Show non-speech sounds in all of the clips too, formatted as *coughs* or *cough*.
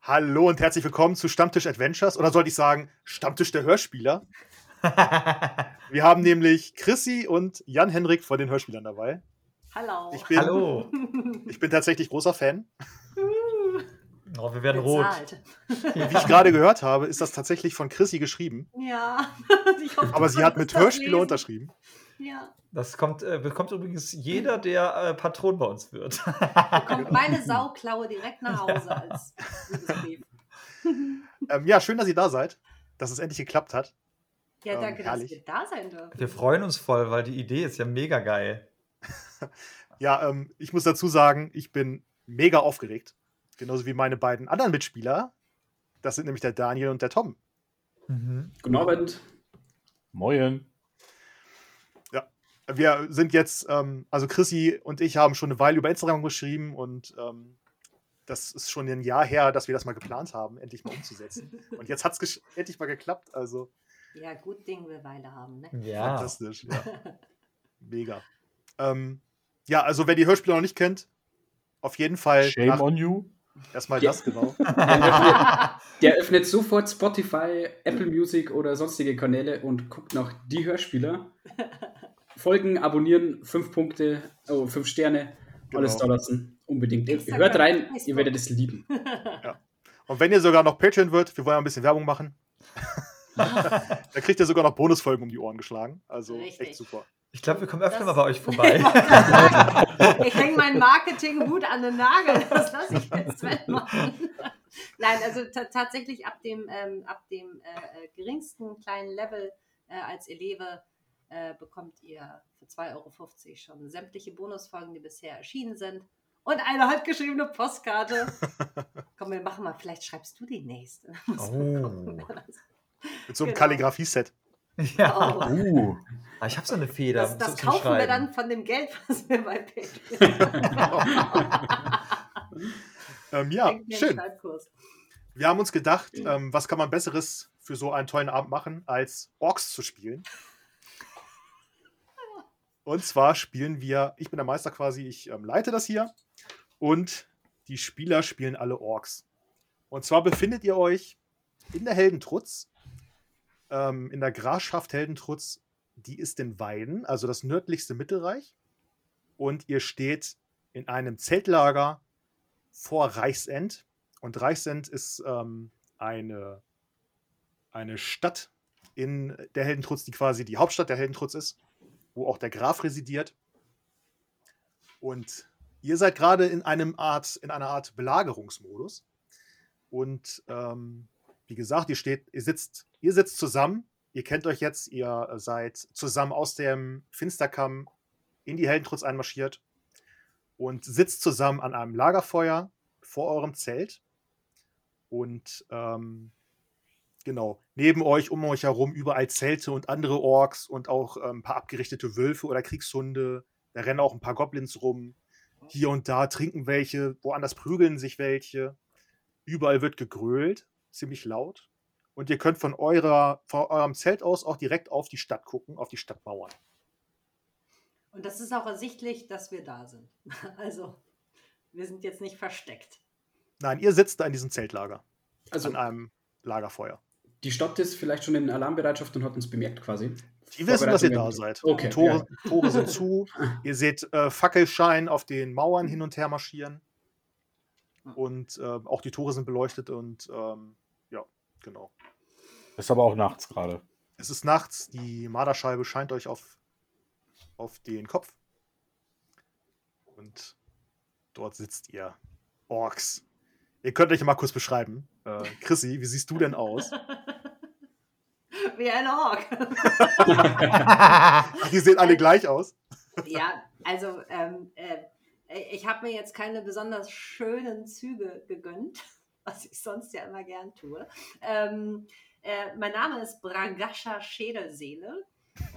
Hallo und herzlich willkommen zu Stammtisch Adventures oder sollte ich sagen Stammtisch der Hörspieler. Wir haben nämlich Chrissy und Jan-Henrik von den Hörspielern dabei. Hallo. Ich bin, Hallo. Ich bin tatsächlich großer Fan. Oh, wir werden rot. Bezahlt. Wie ich gerade gehört habe, ist das tatsächlich von Chrissy geschrieben. Ja. *laughs* Ich hoffe, Aber du sie hat konntest mit das Hörspieler lesen. unterschrieben. Ja. Das kommt, äh, bekommt übrigens jeder, der äh, Patron bei uns wird. *laughs* Kommt meine Sauklaue *laughs* direkt nach Hause als Liebesbrief. Ähm, ja, schön, dass ihr da seid, dass es endlich geklappt hat. Ja, Ähm, danke, herrlich. dass wir da sein dürfen. wir freuen uns voll, weil die Idee ist ja mega geil. Ja, ähm, ich muss dazu sagen, ich bin mega aufgeregt. Genauso wie meine beiden anderen Mitspieler. Das sind nämlich der Daniel und der Tom. Mhm. Guten Abend. Moin. wir sind jetzt, ähm, also Chrissy und ich haben schon eine Weile über Instagram geschrieben und ähm, das ist schon ein Jahr her, dass wir das mal geplant haben, endlich mal umzusetzen. *laughs* Und jetzt hat es endlich mal geklappt, also Ja, gut Ding wir Weile haben, ne? Ah. Ja. fantastisch. Ja. Mega. Ähm, ja, also wer die Hörspiele noch nicht kennt, auf jeden Fall Shame on you. erstmal Ja. das, genau. *laughs* Der öffnet sofort Spotify, Apple Music oder sonstige Kanäle und guckt nach die Hörspieler. Folgen, abonnieren, fünf Punkte, oh, fünf Sterne, alles da Genau. lassen. Unbedingt. Instagram, Hört rein, Facebook. ihr werdet es lieben. Und wenn ihr sogar noch Patreon wird, wir wollen ja ein bisschen Werbung *laughs* machen. *laughs* da kriegt ihr sogar noch Bonusfolgen um die Ohren geschlagen. Also Richtig. echt super. Ich glaube, wir kommen öfter Das- mal bei *laughs* euch vorbei. *laughs* ich hänge meinen Marketinghut an den Nagel. Das lasse ich jetzt wettmachen. Nein, also ta- tatsächlich ab dem, ähm, ab dem äh, äh, geringsten kleinen Level äh, als Eleve äh, bekommt ihr für 2,50 Euro schon sämtliche Bonusfolgen, die bisher erschienen sind. Und eine handgeschriebene *laughs* Postkarte. Komm, wir machen mal, vielleicht schreibst du die nächste. oh. Mit so einem Genau. Kalligrafie-Set. *laughs* Ja. Oh. Uh, Ah, ich habe so eine Feder. Das, das zu- zum kaufen wir Schreiben. dann von dem Geld, was wir bei *laughs* Patreon Genau. Ähm, ja, Denkt mir einen schön. Schreibkurs. Wir haben uns gedacht, ähm, was kann man Besseres für so einen tollen Abend machen, als Orks zu spielen. Und zwar spielen wir, ich bin der Meister quasi, ich ähm, leite das hier. Und die Spieler spielen alle Orks. Und zwar befindet ihr euch in der Heldentrutz, ähm, in der Grafschaft Heldentrutz, die ist in Weiden, also das nördlichste Mittelreich. Und ihr steht in einem Zeltlager vor Reichsend, und Reichsend ist ähm, eine, eine Stadt in der Heldentrutz, die quasi die Hauptstadt der Heldentrutz ist, wo auch der Graf residiert. Und ihr seid gerade in einem Art, in einer Art Belagerungsmodus. Und ähm, wie gesagt, ihr steht, ihr sitzt, ihr sitzt zusammen, ihr kennt euch jetzt, ihr seid zusammen aus dem Finsterkamm in die Heldentrutz einmarschiert und sitzt zusammen an einem Lagerfeuer vor eurem Zelt. Und ähm, genau, neben euch, um euch herum, überall Zelte und andere Orks und auch ähm, ein paar abgerichtete Wölfe oder Kriegshunde. Da rennen auch ein paar Goblins rum. Hier und da trinken welche, woanders prügeln sich welche. Überall wird gegrölt, ziemlich laut. Und ihr könnt von, eurer, von eurem Zelt aus auch direkt auf die Stadt gucken, auf die Stadtmauern. Und das ist auch ersichtlich, dass wir da sind. *laughs* Also, wir sind jetzt nicht versteckt. Nein, ihr sitzt da in diesem Zeltlager, Also, an einem Lagerfeuer. die Stadt ist vielleicht schon in Alarmbereitschaft und hat uns bemerkt quasi. *laughs* Die wissen, dass ihr da Vorbereitungen. seid. Okay, die Tore, Tore *laughs* sind zu. Ihr seht äh, Fackelschein auf den Mauern hin und her marschieren. Und äh, auch die Tore sind beleuchtet und ähm, ja, genau. ist aber auch nachts gerade. Es ist nachts, die Marderscheibe scheint euch auf, auf den Kopf. Und dort sitzt ihr. Orks. Ihr könnt euch mal kurz beschreiben. Äh, Chrissy, wie siehst du denn aus? Wie ein Ork. Ach, die sehen alle gleich aus. Ja, also, ähm, äh, ich habe mir jetzt keine besonders schönen Züge gegönnt, *laughs* was ich sonst ja immer gern tue. Ähm, äh, mein Name ist Brangascha Schädelseele.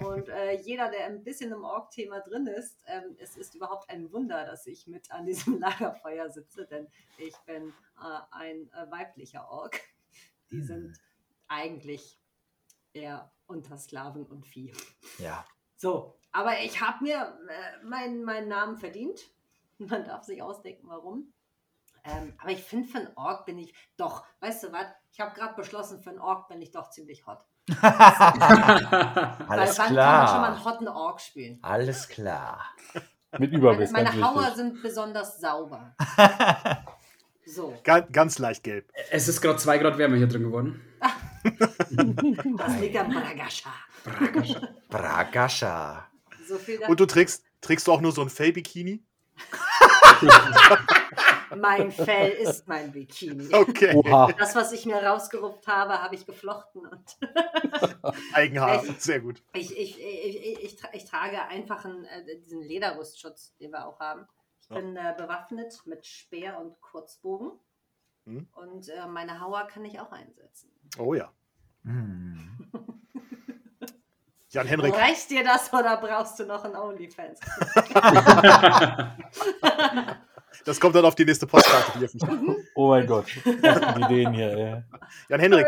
Und äh, jeder, der ein bisschen im Org-Thema drin ist, ähm, es ist überhaupt ein Wunder, dass ich mit an diesem *laughs* Lagerfeuer sitze, denn ich bin äh, ein äh, weiblicher Ork. Die sind eigentlich eher unter Sklaven und Vieh. ja. So, aber ich *laughs* habe mir äh, meinen, meinen Namen verdient. Man darf sich ausdenken, warum. Ähm, aber ich finde, für einen Ork bin ich doch, weißt du was, ich habe gerade beschlossen, für einen Ork bin ich doch ziemlich hot. Alles Weil wann kann man schon mal klar. einen hotten Ork spielen? Alles klar. Mit Meine, Überbiss, ganz meine Hauer wichtig. sind besonders sauber. So, Ganz, ganz leicht gelb. Es ist gerade zwei Grad wärmer hier drin geworden. das liegt am Bragascha. Bragascha. So viel da- Und du trägst, trägst du auch nur so ein Fell-Bikini? Mein Fell ist mein Bikini. Okay. Oha. Das, was ich mir rausgeruppt habe, habe ich geflochten. Und Eigenhaar. Echt? Sehr gut. ich, ich, ich, ich, ich, tra ich trage einfach einen, äh, diesen Lederrüstschutz, den wir auch haben. Ich Ja. bin äh, bewaffnet mit Speer und Kurzbogen. Mhm. Und äh, meine Hauer kann ich auch einsetzen. Oh ja. Hm. Jan-Henrik, Reicht dir das oder brauchst du noch einen *laughs* OnlyFans? das kommt dann auf die nächste Postkarte. die ihr verschickt. Oh mein Gott. Was sind die Ideen hier, ey. *laughs* Jan-Henrik,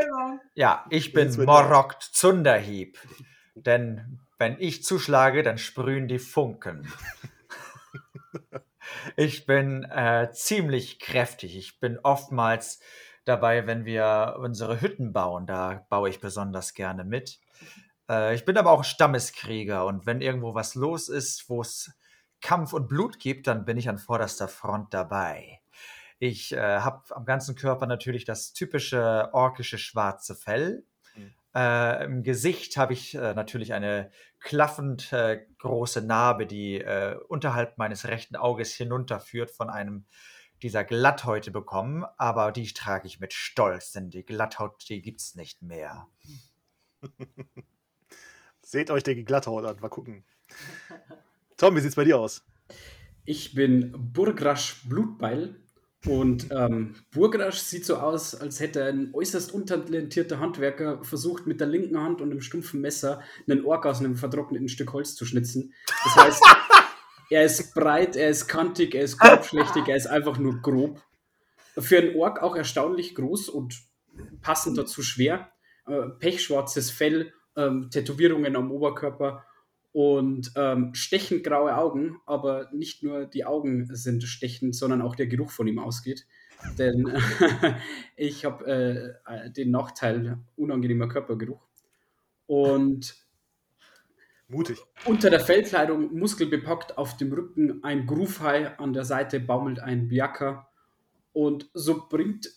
Ja, ich Jetzt bin wird- Morockt Zunderhieb. Denn wenn ich zuschlage, dann sprühen *laughs* die Funken. Ich bin äh, ziemlich kräftig. Ich bin oftmals dabei, wenn wir unsere Hütten bauen, da baue ich besonders gerne mit. Äh, ich bin aber auch Stammeskrieger und wenn irgendwo was los ist, wo es Kampf und Blut gibt, dann bin ich an vorderster Front dabei. Ich äh, habe am ganzen Körper natürlich das typische orkische schwarze Fell. Mhm. Äh, Im Gesicht habe ich äh, natürlich eine klaffend äh, große Narbe, die äh, unterhalb meines rechten Auges hinunterführt, von einem dieser Glatthäute bekommen. Aber die trage ich mit Stolz, denn die Glatthaut, die gibt's nicht mehr. seht euch den Glatthaut an. Mal gucken. Tom, wie sieht's bei dir aus? Ich bin Burgrasch Blutbeil und ähm, Burgrasch sieht so aus, als hätte ein äußerst untalentierter Handwerker versucht, mit der linken Hand und einem stumpfen Messer einen Ork aus einem vertrockneten Stück Holz zu schnitzen. Das heißt, er ist breit, er ist kantig, er ist grobschlächtig, er ist einfach nur grob. Für einen Ork auch erstaunlich groß und passend dazu schwer. Äh, pechschwarzes Fell, ähm, Tätowierungen am Oberkörper und ähm, stechend graue Augen, aber nicht nur die Augen sind stechend, sondern auch der Geruch von ihm ausgeht. Denn *laughs* ich habe äh, den Nachteil unangenehmer Körpergeruch. Und Mutig. unter der Fellkleidung, muskelbepackt auf dem Rücken, ein Groovehai, an der Seite baumelt ein Biaka. Und so bringt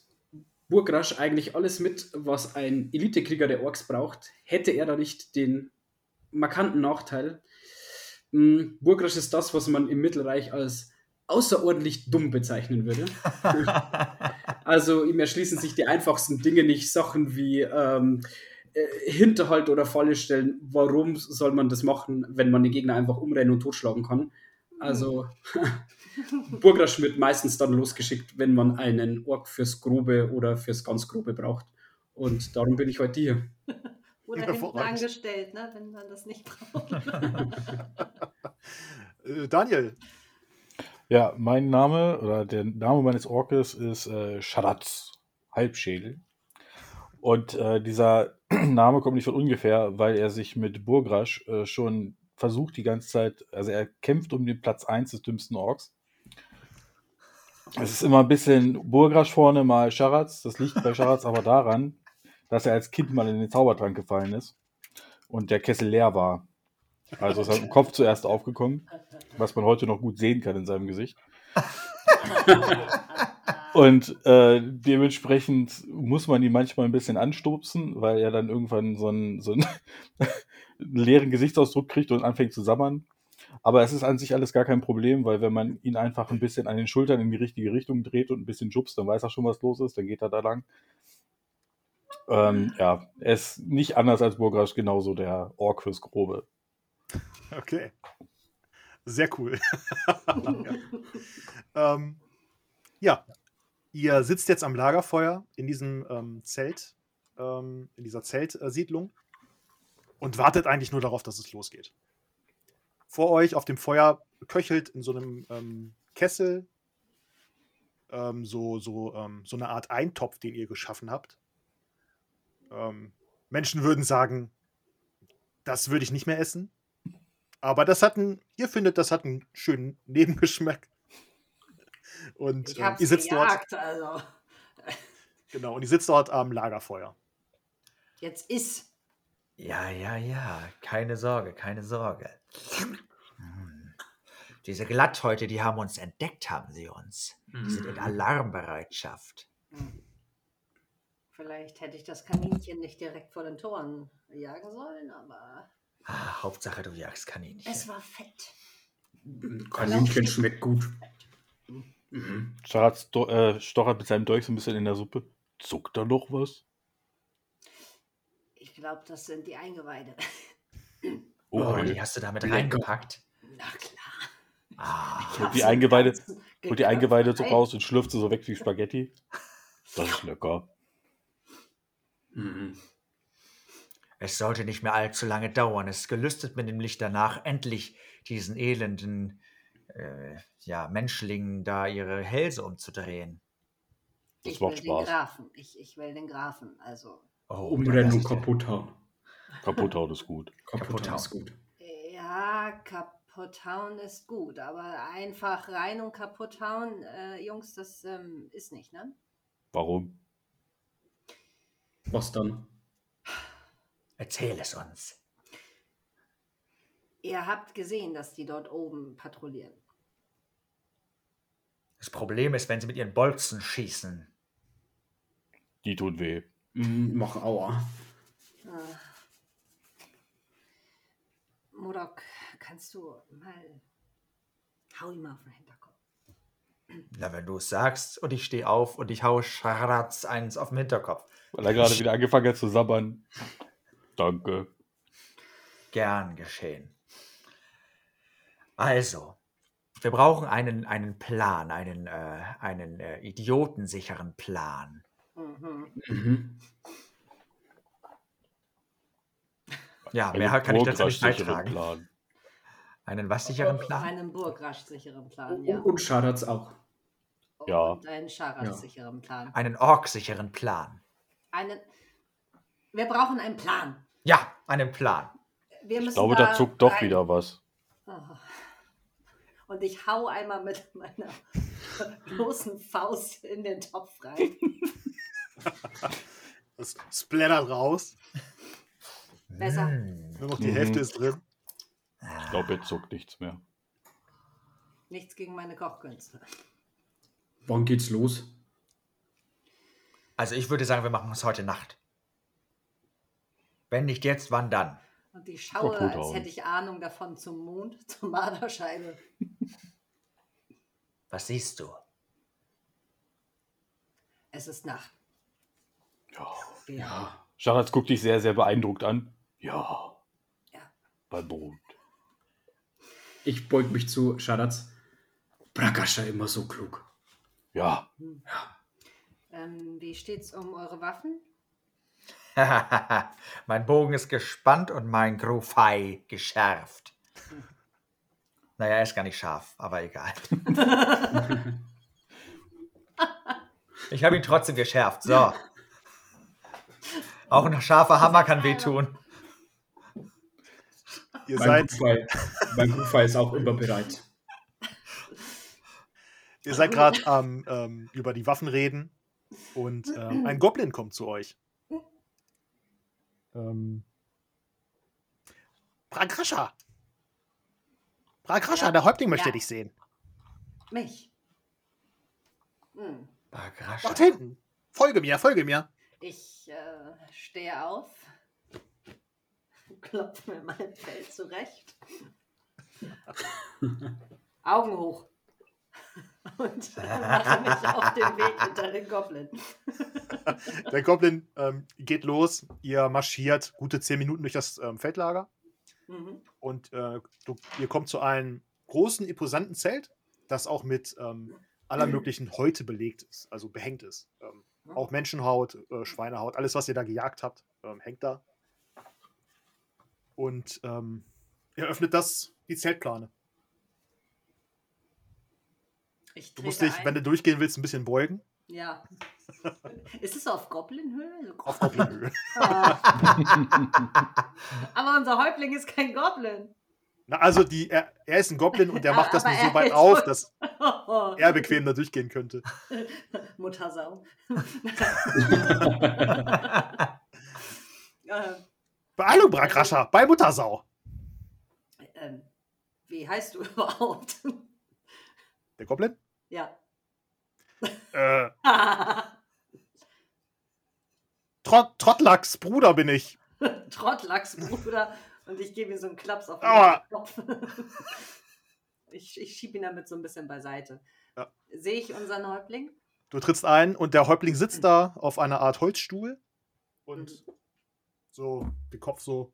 Burgrasch eigentlich alles mit, was ein Elitekrieger der Orks braucht. Hätte er da nicht den markanten Nachteil. Mm, Burgrasch ist das, was man im Mittelreich als außerordentlich dumm bezeichnen würde. also ihm erschließen sich die einfachsten Dinge nicht, Sachen wie ähm, äh, Hinterhalt oder Falle stellen. Warum soll man das machen, wenn man den Gegner einfach umrennen und totschlagen kann? Also *laughs* Burgrasch wird meistens dann losgeschickt, wenn man einen Ork fürs Grobe oder fürs ganz Grobe braucht. Und darum bin ich heute hier. Oder hinten Hervorragend. angestellt, ne, wenn man das nicht braucht. Äh, Daniel, Ja, mein Name oder der Name meines Orkes ist äh, Schadatz, Halbschädel. Und äh, dieser *clears throat* Name kommt nicht von ungefähr, weil er sich mit Burgrasch äh, schon versucht die ganze Zeit, also er kämpft um den Platz 1 des dümmsten Orks. Es ist immer ein bisschen Burgrasch vorne, mal Scharatz. Das liegt bei Scharatz aber daran, dass er als Kind mal in den Zaubertrank gefallen ist und der Kessel leer war. Also ist er im Kopf zuerst aufgekommen was man heute noch gut sehen kann in seinem Gesicht. *laughs* Und äh, dementsprechend muss man ihn manchmal ein bisschen anstupsen, weil er dann irgendwann so einen, so einen *laughs* leeren Gesichtsausdruck kriegt und anfängt zu sabbern. Aber es ist an sich alles gar kein Problem, weil wenn man ihn einfach ein bisschen an den Schultern in die richtige Richtung dreht und ein bisschen schubst, dann weiß er schon, was los ist, dann geht er da lang. Ähm, ja, er ist nicht anders als Burgrasch genauso der Ork fürs Grobe. okay. Sehr cool. *laughs* ja. Ähm, ja, ihr sitzt jetzt am Lagerfeuer in diesem ähm, Zelt, ähm, in dieser Zeltsiedlung und wartet eigentlich nur darauf, dass es losgeht. Vor euch auf dem Feuer köchelt in so einem ähm, Kessel ähm, so, so, ähm, so eine Art Eintopf, den ihr geschaffen habt. Ähm, Menschen würden sagen, das würde ich nicht mehr essen. Aber das hat einen, ihr findet, das hat einen schönen Nebengeschmack. Und Ich äh, hab's ihr sitzt dort, gejagt, also. genau, und ihr sitzt dort am Lagerfeuer. Jetzt ist. Ja, ja, ja. Keine Sorge, keine Sorge. Hm. Diese Glatthäute, die haben uns entdeckt, haben sie uns. Mhm. Die sind in Alarmbereitschaft. Vielleicht hätte ich das Kaninchen nicht direkt vor den Toren jagen sollen, aber Ah, Hauptsache, du jagst Kaninchen. es war fett. Kaninchen schmeckt gut. Mhm. Charat sto äh, stochert mit seinem Dolch so ein bisschen in der Suppe. Zuckt da noch was? Ich glaube, das sind die Eingeweide. *laughs* Oh, Oh, die hast du damit Lecker. reingepackt. Na klar. Ah, holt die Katzen- Eingeweide- Katzen- Holt die Eingeweide so Ei. raus und schlürft sie so weg wie Spaghetti. Das ist lecker. Mhm. es sollte nicht mehr allzu lange dauern. Es gelüstet mir nämlich danach, endlich diesen elenden äh, ja, Menschlingen da ihre Hälse umzudrehen. Das ich macht will Spaß. Den Grafen. Ich, ich will den Grafen. Also, Oh, Umrennen das und ist der- kaputt hauen. Kaputthaut ist gut. Kaputt Kaputt hauen ist hauen. gut. ja, kaputt hauen ist gut, aber einfach rein und kaputt hauen, äh, Jungs, das ähm, ist nicht, ne? Warum? Was dann? Erzähl es uns. Ihr habt gesehen, dass die dort oben patrouillieren. Das Problem ist, wenn sie mit ihren Bolzen schießen. Die tun weh. Mhm, mach Aua. Ah. Modok, Äh. kannst du mal. Hau ihm auf den Hinterkopf. Na, wenn du es sagst und ich stehe auf und ich hau Scharatz eins auf den Hinterkopf. Weil er gerade wieder angefangen hat zu sabbern. Danke. Gern geschehen. Also, wir brauchen einen, einen Plan, einen, äh, einen äh, idiotensicheren Plan. Mhm. Mhm. Ja, Einen mehr kann ich dazu nicht burggrassicheren beitragen. Plan. Einen was sicheren Plan? Einen burgrasch-sicheren Plan, Und, ja. und Schadat's auch. ja. Und einen Ja. Scharas-sicheren Plan. Einen orksicheren Plan. Einen. Wir brauchen einen Plan. Ja, einen Plan. Wir müssen Ich glaube, da zuckt doch rein- wieder was. Oh. Und ich hau einmal mit meiner *laughs* bloßen Faust in den Topf rein. Es splattert raus, Besser. Hm. nur noch die Mhm. Hälfte ist drin. Ich glaube, jetzt zuckt nichts mehr. Nichts gegen meine Kochkünste. Wann geht's los? Also ich würde sagen, wir machen es heute Nacht. Wenn nicht jetzt, wann dann? Und ich schaue, Kaputt als hauen. hätte ich Ahnung davon zum Mond, *laughs* zur Marderscheibe. Was siehst du? Es ist Nacht. Ja. Wir Ja. Charles guckt dich sehr, sehr beeindruckt an. Ja. Ja. Beim Brot. Ich beug mich zu Schadat's. Prakascha immer so klug. Ja. Ähm, wie steht's um eure Waffen? *laughs* mein Bogen ist gespannt und mein Grufei *laughs* geschärft. Naja, er ist gar nicht scharf, aber *laughs* egal. ich habe ihn trotzdem geschärft. So. Auch ein scharfer Hammer kann wehtun. Ihr Mein seid, *laughs* Kufall, mein Kufall ist auch immer bereit. ihr seid gerade am ähm, über die Waffen reden und ähm, ein Goblin kommt zu euch. Ähm. Pragrascha! Pragrascha, Ja. der Häuptling möchte Ja. dich sehen. Mich. Hm. Bagrascha. Dort hinten. Folge mir, folge mir. Ich äh, stehe auf, *laughs* klopfe mir mein Fell zurecht, Augen hoch *laughs* und mache mich auf den Weg hinter den Goblin. Der Goblin ähm, geht los. Ihr marschiert gute zehn Minuten durch das ähm, Feldlager Mhm. und äh, du, ihr kommt zu einem großen, imposanten Zelt, das auch mit ähm, aller möglichen Häute belegt ist, also behängt ist. Ähm, Mhm. auch Menschenhaut, äh, Schweinehaut, alles, was ihr da gejagt habt, ähm, hängt da. Und ähm, ihr öffnet das, die Zeltplane. Ich Du trete musst dich, ein. wenn du durchgehen willst, ein bisschen beugen. ja. Ist es auf Goblinhöhe? Auf *laughs* Goblinhöhe. Ah. Aber unser Häuptling ist kein Goblin. Na, also die, er, er ist ein Goblin *laughs* und der macht das Aber nicht so er weit ist auf, wohl- dass er *laughs* bequem da durchgehen könnte. Muttersau. *laughs* *laughs* Beeilung, Brakrascher, bei Muttersau. ähm, wie heißt du *laughs* überhaupt? Der Goblin? ja. *laughs* Äh, Trott, Trottlachs, Bruder bin ich. Trottlachs, Bruder. Und ich gebe ihm so einen Klaps auf Aua. den Kopf. *laughs* ich ich schiebe ihn damit so ein bisschen beiseite. Ja. Sehe ich unseren Häuptling? Du trittst ein und der Häuptling sitzt da auf einer Art Holzstuhl und so, den Kopf so.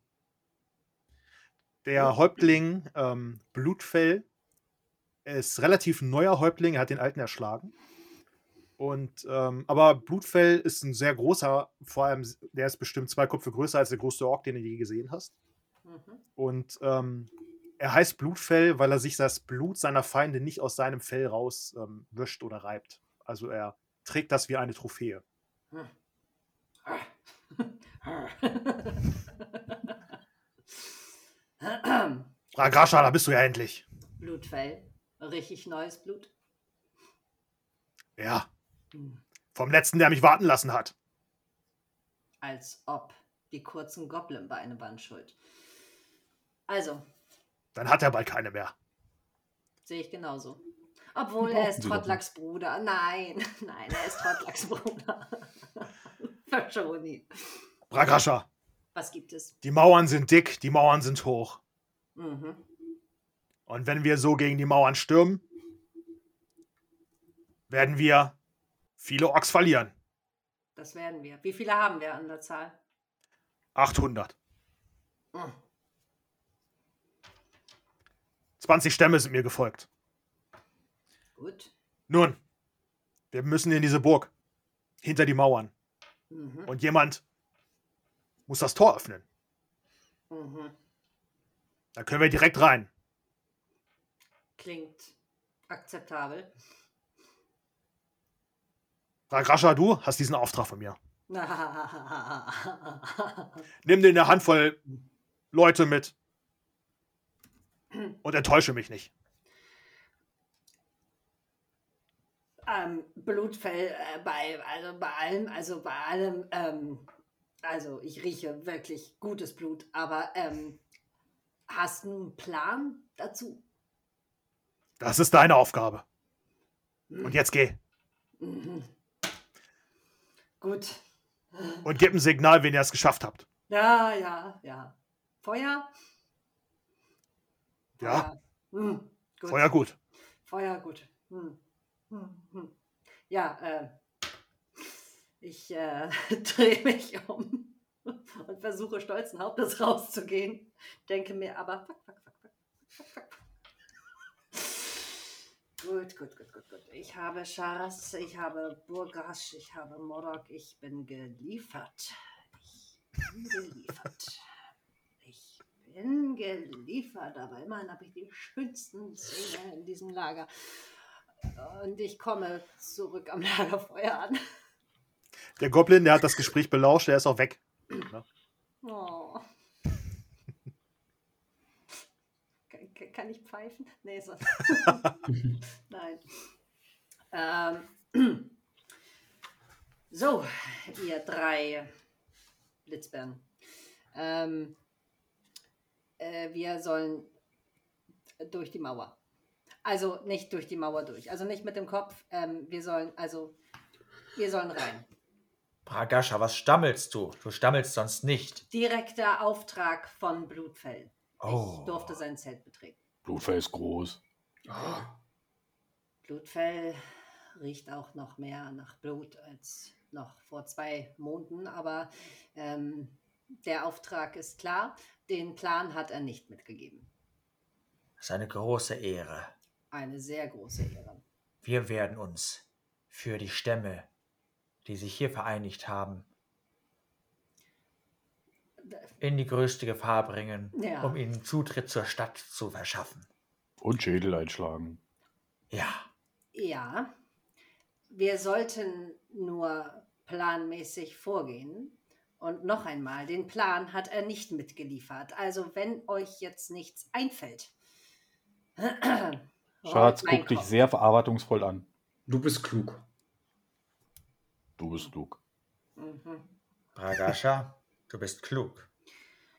Der Häuptling ähm, Blutfell ist relativ neuer Häuptling, er hat den alten erschlagen. Und, ähm, aber Blutfell ist ein sehr großer, vor allem, der ist bestimmt zwei Köpfe größer als der größte Ork, den du je gesehen hast. Mhm. *laughs* Und ähm, er heißt Blutfell, weil er sich das Blut seiner Feinde nicht aus seinem Fell raus ähm, wischt oder reibt. Also er trägt das wie eine Trophäe. Ragrascha, Ah, da bist du ja endlich. Blutfell. Richtig neues Blut. Hm. Ja, vom letzten, der mich warten lassen hat. Als ob die kurzen Goblin-Beine waren schuld. Also, Dann hat er bald keine mehr. sehe ich genauso. Obwohl er ist Sie doch Trottlachs Bruder. Nein, *laughs* nein, er ist Trottlachs Bruder. *laughs* Verschone ihn. Ragrascha, Was gibt es? die Mauern sind dick, die Mauern sind hoch. Mhm. Und wenn wir so gegen die Mauern stürmen, werden wir viele Orks verlieren. Das werden wir. Wie viele haben wir an der Zahl? 800. Mhm. 20 Stämme sind mir gefolgt. Gut. Nun, wir müssen in diese Burg. Hinter die Mauern. Mhm. Und jemand muss das Tor öffnen. Mhm. Da können wir direkt rein. Klingt akzeptabel. *laughs* Ragrascha, du hast diesen Auftrag von mir. Nimm dir eine Handvoll Leute mit. Und enttäusche mich nicht. ähm, Blutfell äh, bei, also bei allem, also bei allem, ähm, also ich rieche wirklich gutes Blut, aber ähm, hast du einen Plan dazu? Das ist deine Aufgabe. Und jetzt geh. Mhm. Gut. Und gib ein Signal, wenn ihr es geschafft habt. Ja, ja, ja. Feuer? Ja. Feuer. Hm, gut. Feuer gut. Feuer, Oh gut. Hm. Hm, hm. Ja, äh, ich äh, *laughs* drehe mich um und versuche stolzen Hauptes rauszugehen. Denke mir aber, fuck, fuck, fuck, fuck, fuck, fuck, fuck. Gut, gut, gut, gut, gut. Ich habe Charas, ich habe Burgasch, ich habe Morok, ich bin geliefert. Ich bin geliefert. Ich bin geliefert, aber immerhin habe ich die schönsten Szenen in diesem Lager. Und ich komme zurück am Lagerfeuer an. Der Goblin, der hat das Gespräch belauscht, der ist auch weg. Oh. Kann, kann- kann ich pfeifen? Nee, so. Nein. Ähm. So, ihr drei Blitzbären. Ähm, äh, wir sollen durch die Mauer. Also nicht durch die Mauer durch. Also nicht mit dem Kopf. Ähm, wir sollen, also, wir sollen rein. Bragascha, was stammelst du? Du stammelst sonst nicht. Direkter Auftrag von Blutfell. Oh. Ich durfte sein Zelt betreten. Blutfell ist groß. Oh, Blutfell riecht auch noch mehr nach Blut als noch vor zwei Monaten, aber ähm, der Auftrag ist klar. Den Plan hat er nicht mitgegeben. Das ist eine große Ehre. Eine sehr große Ehre. Wir werden uns für die Stämme, die sich hier vereinigt haben, in die größte Gefahr bringen, Ja. um ihnen Zutritt zur Stadt zu verschaffen. Und Schädel einschlagen. Ja, Ja, wir sollten nur planmäßig vorgehen Und noch einmal, den Plan hat er nicht mitgeliefert. Also wenn euch jetzt nichts einfällt. *clears throat* Schatz rollt Oh, mein guckt dich Kopf. sehr verarbeitungsvoll an. Du bist klug. Du bist klug. Mhm. Bragascha, du bist klug.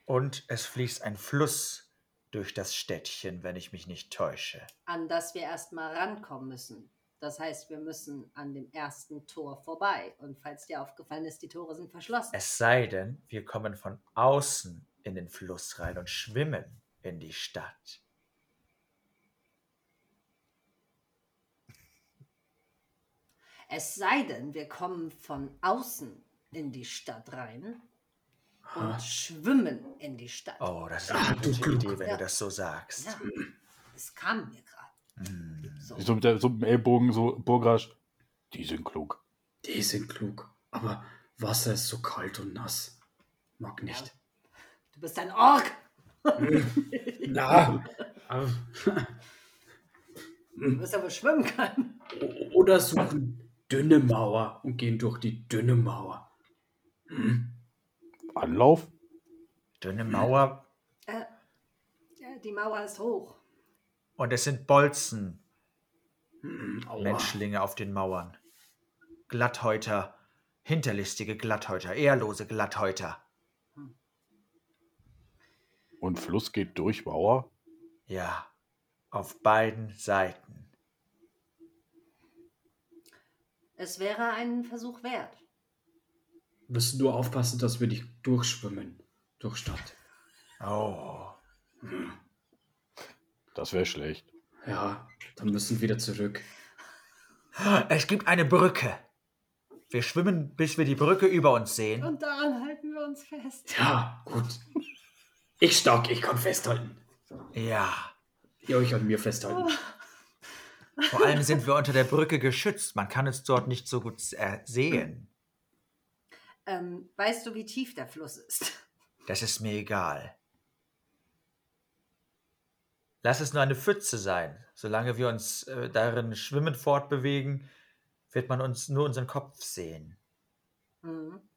Und es fließt ein Fluss durch das Städtchen, wenn ich mich nicht täusche. An das wir erstmal rankommen müssen. Das heißt, wir müssen an dem ersten Tor vorbei. Und falls dir aufgefallen ist, die Tore sind verschlossen. Es sei denn, wir kommen von außen in den Fluss rein und schwimmen in die Stadt. Es sei denn, wir kommen von außen in die Stadt rein und schwimmen in die Stadt. Oh, das ist eine du gute klug. Idee, wenn Ja. du das so sagst. Ja, es kam mir gerade. Hm. So. So mit, der, so mit dem Ellbogen, so Burgrasch. Die sind klug. Die sind klug. Aber Wasser ist so kalt und nass. Mag nicht. Du bist ein Ork. Na. aber- *laughs* Du wirst aber schwimmen können. O- Oder suchen dünne Mauer und gehen durch die dünne Mauer. Hm? Anlauf? Dünne Mauer Äh, ja, die Mauer ist hoch. und es sind Bolzen, Hm, Aua. Menschlinge auf den Mauern. Glatthäuter, hinterlistige Glatthäuter, ehrlose Glatthäuter. Und Fluss geht durch Mauer? Ja, auf beiden Seiten. Es wäre einen Versuch wert. Müssen nur aufpassen, dass wir nicht durchschwimmen. Durch Stadt. Oh, Das wäre schlecht. Ja, dann müssen wir wieder zurück. es gibt eine Brücke. Wir schwimmen, bis wir die Brücke über uns sehen. Und daran halten wir uns fest. Ja, gut. Ich stark, ich kann festhalten. Ja. Ihr euch an mir festhalten. Vor allem sind wir unter der Brücke geschützt. Man kann es dort nicht so gut äh, sehen. Ähm, weißt du, wie tief der Fluss ist? Das ist mir egal. Lass es nur eine Pfütze sein. Solange wir uns äh, darin schwimmend fortbewegen, wird man uns nur unseren Kopf sehen. Mhm. *laughs*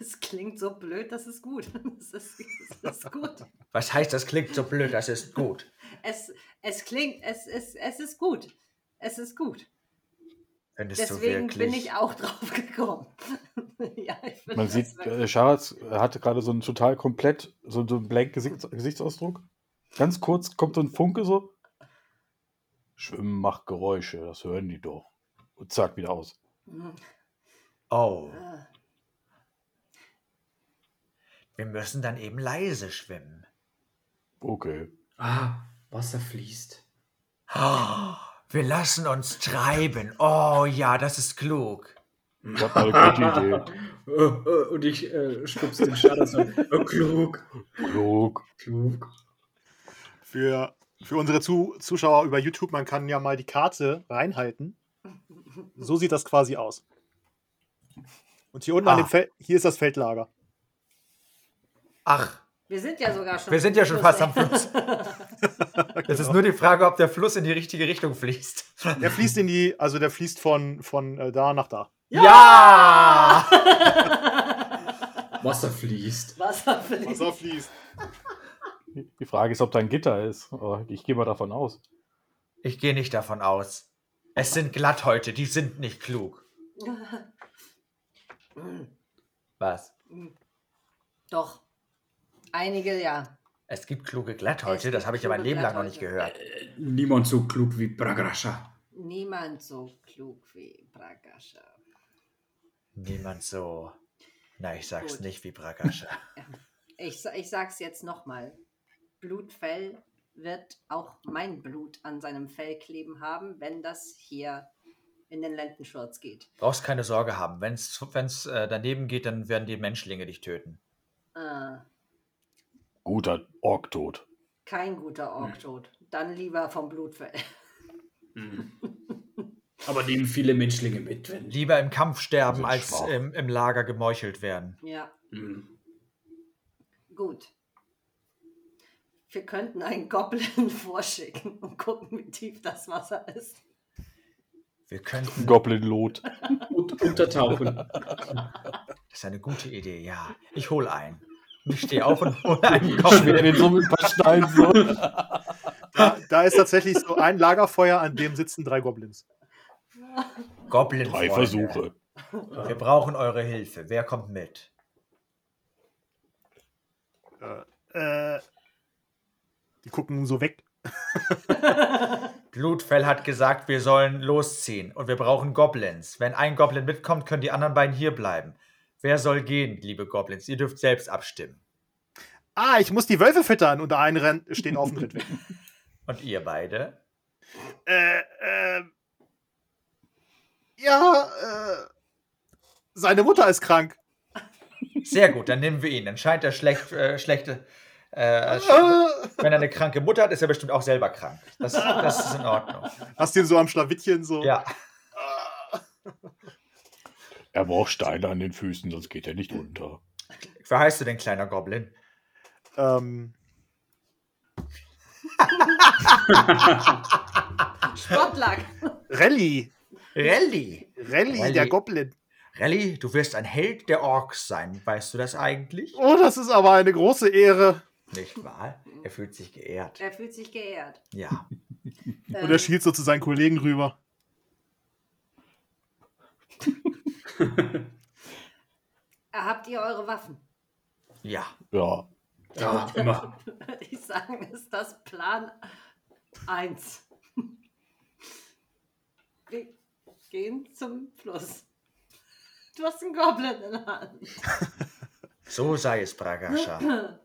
Es klingt so blöd, das ist gut. *laughs* Es ist, es *laughs* ist gut. Was heißt, das klingt so blöd, das ist gut. Es, es klingt, es, es, es ist gut. Es ist gut. Findest Deswegen du wirklich? bin ich auch *laughs* drauf gekommen. ja, ich finde Man das sieht, wirklich- äh, Scharatz hat gerade so einen total komplett, so, so einen blank Gesichts Gesichtsausdruck. Ganz kurz kommt so ein Funke so. Schwimmen macht Geräusche, das hören die doch. Und zack, wieder aus. Mhm. oh, Äh, wir müssen dann eben leise schwimmen. Okay. Ah, Wasser fließt. Oh, wir lassen uns treiben. Oh ja, das ist klug. Ich hab mal *laughs* eine gute Und ich äh, stupse den Schaden so. Oh, klug, Idee. Klug. klug. Für, für unsere Zu Zuschauer über YouTube, man kann ja mal die Karte reinhalten. So sieht das quasi aus. Und hier unten Ah. an dem Feld, hier ist das Feldlager. Ach, Wir sind ja sogar schon. wir sind ja schon Fluss- fast *laughs* am Fluss. Es ist nur die Frage, ob der Fluss in die richtige Richtung fließt. Der fließt in die, also der fließt von, von äh, da nach da. Ja! Wasser fließt. Wasser fließt. Wasser fließt. Die Frage ist, ob da ein Gitter ist. Aber Ich gehe mal davon aus. Ich gehe nicht davon aus. Es sind Glatthäute, die sind nicht klug. Was? Mhm. Doch. Einige ja. Es gibt kluge Glatthäute, gibt das habe ich ja mein kluge Leben lang noch nicht Glatthäute. gehört. Äh, Niemand so klug wie Bragrascha. Niemand so klug wie Bragascha. Niemand so. Na, ich sag's Gut. nicht wie *laughs* Prakascha. Ich, sa- ich sag's jetzt nochmal. Blutfell wird auch mein Blut an seinem Fell kleben haben, wenn das hier in den Lendenschurz geht. Brauchst keine Sorge haben. Wenn's, wenn's äh, daneben geht, dann werden die Menschlinge dich töten. Äh, Guter Orktod. kein guter Orktod. Dann lieber vom Blutfell. *laughs* Aber nehmen viele Menschlinge mit, wenn die. Lieber im Kampf sterben, sind als schwach. im, im Lager gemeuchelt werden. Ja, Mhm. gut. Wir könnten einen Goblin *laughs* vorschicken *laughs* und gucken, wie tief das Wasser ist. Wir könnten Goblin Lot. und *laughs* untertauchen. Das ist eine gute Idee, ja. Ich hole einen. Ich stehe auf und hole *laughs* einen Schwer Koffel. den so mit ein paar Steinen so. Da, da ist tatsächlich so ein Lagerfeuer, an dem sitzen drei Goblins. Goblin. Drei Versuche. Wir brauchen eure Hilfe. Wer kommt mit? Äh, die gucken so weg. Blutfell hat gesagt, wir sollen losziehen und wir brauchen Goblins. Wenn ein Goblin mitkommt, können die anderen beiden hier bleiben. Wer soll gehen, liebe Goblins? Ihr dürft selbst abstimmen. Ah, ich muss die Wölfe füttern und der eine rennt, steht auf dem Rittweg. Und ihr beide? *laughs* Äh, äh, ja, äh, seine Mutter ist krank. Sehr gut, dann nehmen wir ihn. Dann scheint er schlecht, äh, schlechte. Äh, sch- Äh, wenn er eine kranke Mutter hat, ist er bestimmt auch selber krank. Das, das ist in Ordnung. hast ihn so am Schlawittchen so. Ja. Er braucht Steine an den Füßen, sonst geht er nicht unter. Wer heißt du denn, kleiner Goblin? Ähm, Sportlack. Rally, Rally. Rally, Rally. der Goblin. Rally, du wirst ein Held der Orks sein. Weißt du das eigentlich? Oh, das ist aber eine große Ehre. Nicht wahr? Er fühlt sich geehrt. Er fühlt sich geehrt. Ja. Und er schielt so zu seinen Kollegen rüber. Ähm, habt ihr eure Waffen? Ja. Ja. Ja, immer. Würde *laughs* ich sagen, ist das Plan 1. Wir gehen zum Fluss. Du hast einen Goblin in der Hand. So sei es, Bragascha.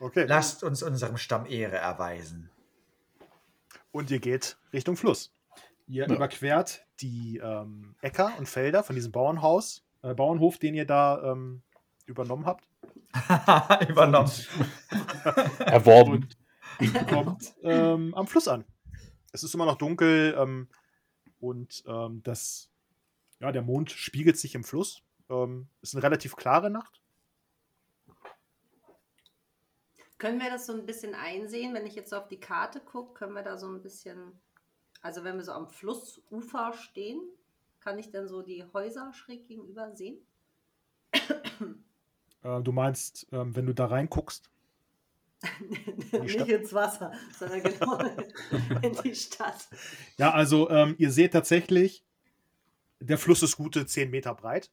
Okay. Lasst uns unserem Stamm Ehre *laughs* erweisen. Und ihr geht Richtung Fluss. Ihr überquert die ähm, Äcker und Felder von diesem Bauernhaus, äh, Bauernhof, den ihr da ähm, übernommen habt. Übernommen. Erworben. kommt ähm, am Fluss an. Es ist immer noch dunkel ähm, und ähm, das, ja, der Mond spiegelt sich im Fluss. Ähm, ist eine relativ klare Nacht. Können wir das so ein bisschen einsehen? Wenn ich jetzt so auf die Karte gucke, können wir da so ein bisschen, also wenn wir so am Flussufer stehen, kann ich dann so die Häuser schräg gegenüber *laughs* sehen? Äh, du meinst, ähm, wenn du da reinguckst, Nicht Stadt. ins Wasser, sondern genau in die Stadt. Ja, also ähm, ihr seht tatsächlich, der Fluss ist gute 10 Meter breit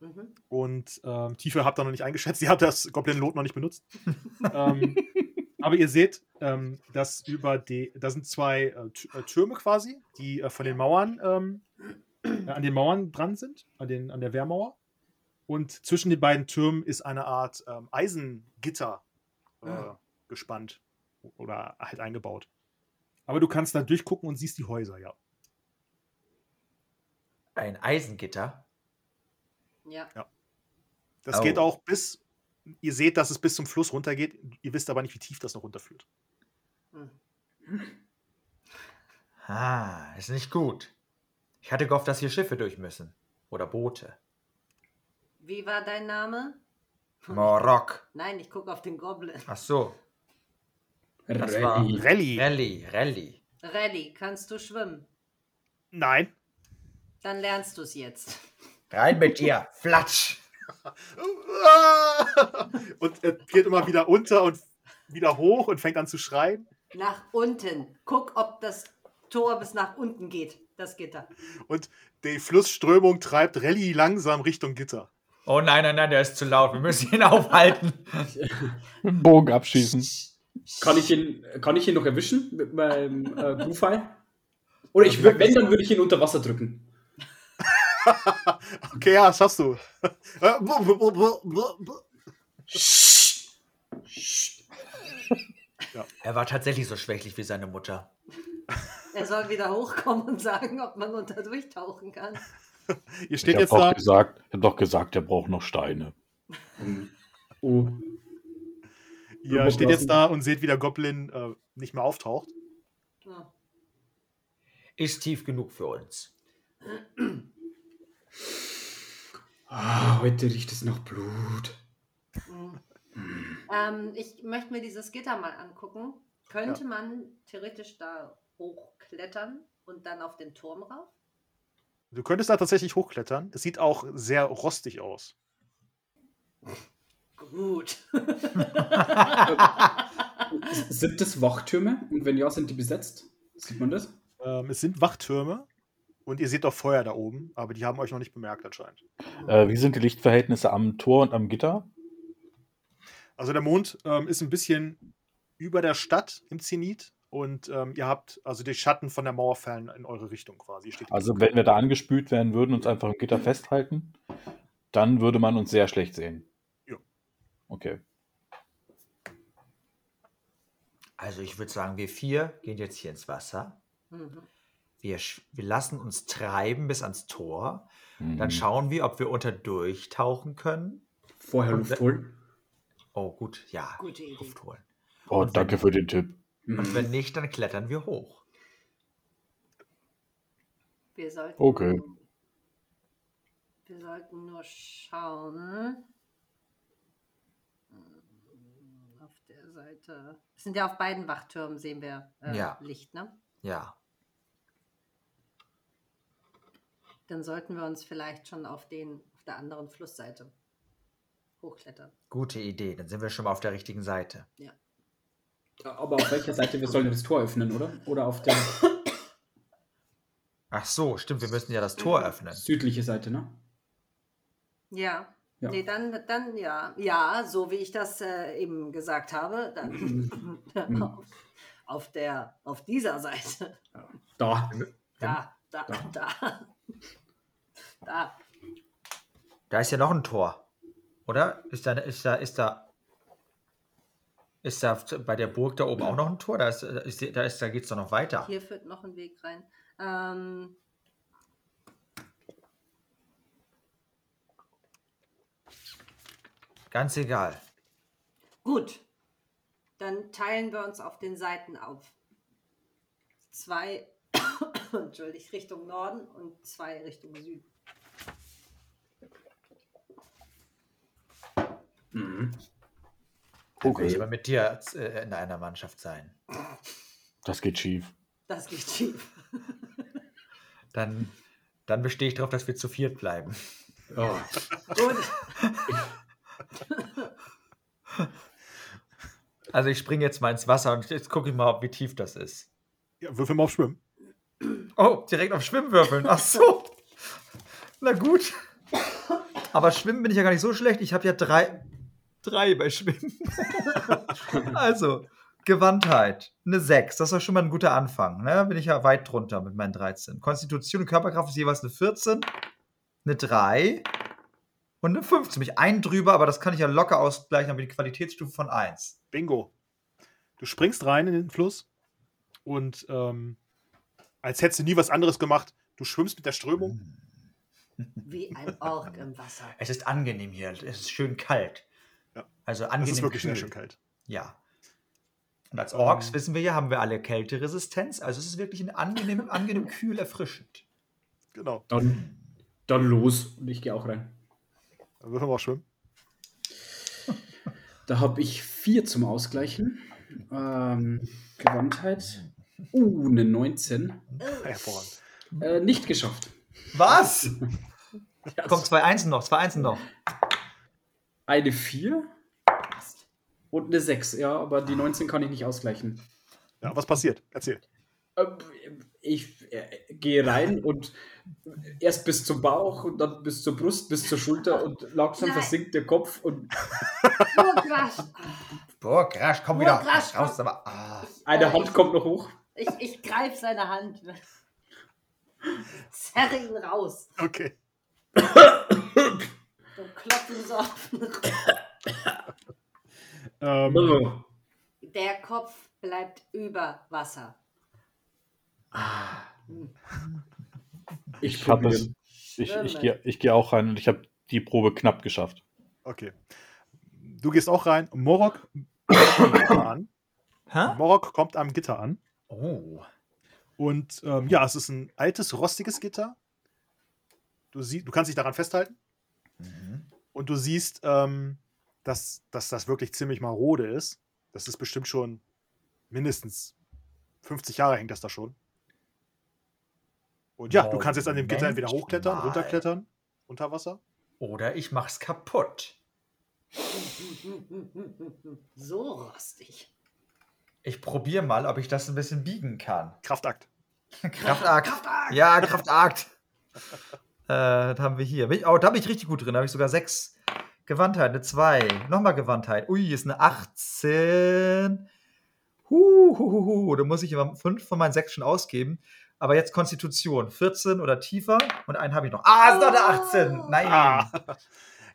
Mhm. und ähm, Tiefe habt ihr noch nicht eingeschätzt. *laughs* Ihr habt das Goblin Lot noch nicht benutzt. *laughs* ähm, aber ihr seht, ähm, dass über die, da sind zwei äh, Tü- äh, Türme quasi, die äh, von den Mauern, ähm, äh, an den Mauern dran sind, an, den, an der Wehrmauer. Und zwischen den beiden Türmen ist eine Art ähm, Eisengitter äh, Ah. gespannt oder halt eingebaut. Aber du kannst da durchgucken und siehst die Häuser, ja. Ein Eisengitter. Ja. Das Au. geht auch bis, ihr seht, dass es bis zum Fluss runtergeht. Ihr wisst aber nicht, wie tief das noch runterführt. Mhm. Ah, ist nicht gut. Ich hatte gehofft, dass hier Schiffe durch müssen. Oder Boote. Wie war dein Name? Hm. Morok. Nein, ich gucke auf den Goblin. Ach so. Das war- Rally. Rally? Rally, Rally. Rally, kannst du schwimmen? Nein. Dann lernst du es jetzt. Rein mit *laughs* dir. Flatsch. *laughs* Und er geht immer wieder unter und wieder hoch und fängt an zu schreien. Nach unten. Guck, ob das Tor bis nach unten geht, das Gitter. Und die Flussströmung treibt Rally langsam Richtung Gitter. Oh nein, nein, nein, der ist zu laut. Wir müssen ihn *laughs* aufhalten. Mit dem Bogen abschießen. Kann ich ihn, kann ich ihn noch erwischen mit meinem *laughs* äh, Bufall? Oder ich, Ja, wür- wenn, dann würde ich ihn unter Wasser drücken. Okay, ja, schaffst du. *laughs* Äh, bu- bu- bu- bu- bu- bu- Er war tatsächlich so schwächlich wie seine Mutter. Er soll wieder hochkommen und sagen, ob man unter durchtauchen kann. Ihr Ich steht habe jetzt doch, da. gesagt- ich hab doch gesagt, er braucht noch Steine. Oh. Ihr steht jetzt da und seht, wie der Goblin äh, nicht mehr auftaucht. Ja. Ist tief genug für uns. Ah, heute riecht es nach Blut. Mhm. Ähm, ich möchte mir dieses Gitter mal angucken. Könnte man theoretisch da hochklettern und dann auf den Turm rauf? Du könntest da tatsächlich hochklettern. Es sieht auch sehr rostig aus. Gut. *laughs* Sind das Wachtürme? Und wenn ja, sind die besetzt? Sieht man das? Ähm, es sind Wachtürme und ihr seht auch Feuer da oben, aber die haben euch noch nicht bemerkt anscheinend. Äh, wie sind die Lichtverhältnisse am Tor und am Gitter? Also der Mond ähm, ist ein bisschen über der Stadt im Zenit und ähm, ihr habt also die Schatten von der Mauer fallen in eure Richtung quasi. Ihr steht im Also wenn wir da angespült werden würden, uns einfach im Gitter festhalten, dann würde man uns sehr schlecht sehen. Ja. Okay. Also ich würde sagen, wir vier gehen jetzt hier ins Wasser. Mhm. Wir, sch- wir lassen uns treiben bis ans Tor. Mhm. Dann schauen wir, ob wir unterdurch tauchen können. Vorher Und Luft wenn- holen. Oh gut, ja. Gute Idee. Luft holen. Oh, danke für den Tipp. Hm. Und Mhm. wenn nicht, dann klettern wir hoch. Wir sollten, Okay. Wir sollten nur schauen. Hm, Auf der Seite. Es sind ja auf beiden Wachtürmen, sehen wir äh, Ja. Licht, ne? Ja. Dann sollten wir uns vielleicht schon auf den, auf der anderen Flussseite hochklettern. Gute Idee. Dann sind wir schon mal auf der richtigen Seite. Aber auf welcher Seite? Wir sollen das Tor öffnen, oder? Oder auf der Ach so, stimmt. Wir müssen ja das Tor Mhm. öffnen. südlichen Seite, ne? Ja. Ja. Nee, dann, dann ja. Ja, so wie ich das äh, eben gesagt habe, dann *laughs* auf, auf, der, auf dieser Seite. Da. Da, da, da. Da. Da ist ja noch ein Tor. Oder? Ist da, ist da, ist da. Ist da bei der Burg da oben auch noch ein Tor? Da, ist, da, ist, da, ist, da geht es doch noch weiter. Hier führt noch ein Weg rein. Ähm, Ganz egal. gut. Dann teilen wir uns auf den Seiten auf. Zwei, *coughs* entschuldigt, Richtung Norden und zwei Richtung Süden. Mhm. Will ich Okay. aber mit dir äh, in einer Mannschaft sein. Das geht schief. Das geht schief. Dann, dann bestehe ich darauf, dass wir zu viert bleiben. Oh. Gut. Also ich springe jetzt mal ins Wasser und jetzt gucke ich mal, ob- wie tief das ist. Ja, würfel mal auf Schwimmen. Oh, direkt auf Schwimmwürfeln. Ach so. Na gut. Aber schwimmen bin ich ja gar nicht so schlecht. Ich habe ja drei, drei bei Schwimmen. *laughs* also, Gewandtheit. Eine 6. Das ist doch schon mal ein guter Anfang. Ne? Bin ich ja weit drunter mit meinen 13. Konstitution und Körperkraft ist jeweils eine 14, eine 3 und eine 15. Bin ich ein drüber, aber das kann ich ja locker ausgleichen aber die Qualitätsstufe von 1. Bingo. Du springst rein in den Fluss und ähm, als hättest du nie was anderes gemacht. Du schwimmst mit der Strömung. Wie ein Ork im Wasser. Es ist angenehm hier. Es ist schön kalt. Ja. Also Das angenehm ist wirklich sehr kühl. schön kalt. Ja. Und als Orks, Ähm. wissen wir ja, haben wir alle Kälteresistenz. Also es ist wirklich ein angenehm, angenehm kühl erfrischend. Genau. Dann, dann los. Und ich gehe auch rein. Dann würfeln wir auf Schwimmen. Da habe ich vier zum Ausgleichen. Ähm, Gewandtheit. Uh, eine 19. *laughs* Hervorragend. Äh, nicht geschafft. *laughs* Was? Ja, Kommt zwei Einsen noch, zwei Einsen noch. Eine 4 und eine 6, ja, aber die 19 kann ich nicht ausgleichen. Ja, was passiert? Erzähl. Ähm, Ich äh, gehe rein und erst bis zum Bauch und dann bis zur Brust, bis zur Schulter und langsam Nein. versinkt der Kopf und Burgrasch. Boah, Grasch, komm Boah, wieder. Grasch, komm. raus, aber, ah. eine Äh, Hand kommt noch hoch. Ich, ich greife seine Hand. Zerre ihn raus. Okay. Und klopfe ihn so auf den Rücken. Ähm, Oh. Der Kopf bleibt über Wasser. Ich Ich, hab probiere. das, ich, ich Schwimmen. gehe ich geh auch rein und ich habe die Probe knapp geschafft. okay. Du gehst auch rein. Morok kommt am Gitter an. Hä? Morok kommt am Gitter an. Oh. Und ähm, ja, es ist ein altes, rostiges Gitter. Du, sie du kannst dich daran festhalten. Mhm. Und du siehst, ähm, dass, dass das wirklich ziemlich marode ist. Das ist bestimmt schon mindestens 50 Jahre hängt das da schon. Und ja, du kannst jetzt an dem Gitter entweder hochklettern, Moment mal. runterklettern, unter Wasser. Oder ich mach's kaputt. So rostig. Ich probiere mal, ob ich das ein bisschen biegen kann. Kraftakt. Kraftakt. Kraftakt. Ja, Kraftakt. äh, das haben wir hier. Bin ich- Oh, da bin ich richtig gut drin. Da habe ich sogar sechs. Gewandtheit, eine 2. Nochmal Gewandtheit. Ui, ist eine 18. Huh, hu, hu, hu. Da muss ich immer 5 von meinen 6 schon ausgeben. Aber jetzt Konstitution. 14 oder tiefer. Und einen habe ich noch. Ah, ist noch eine 18. Nein. Ah. *laughs*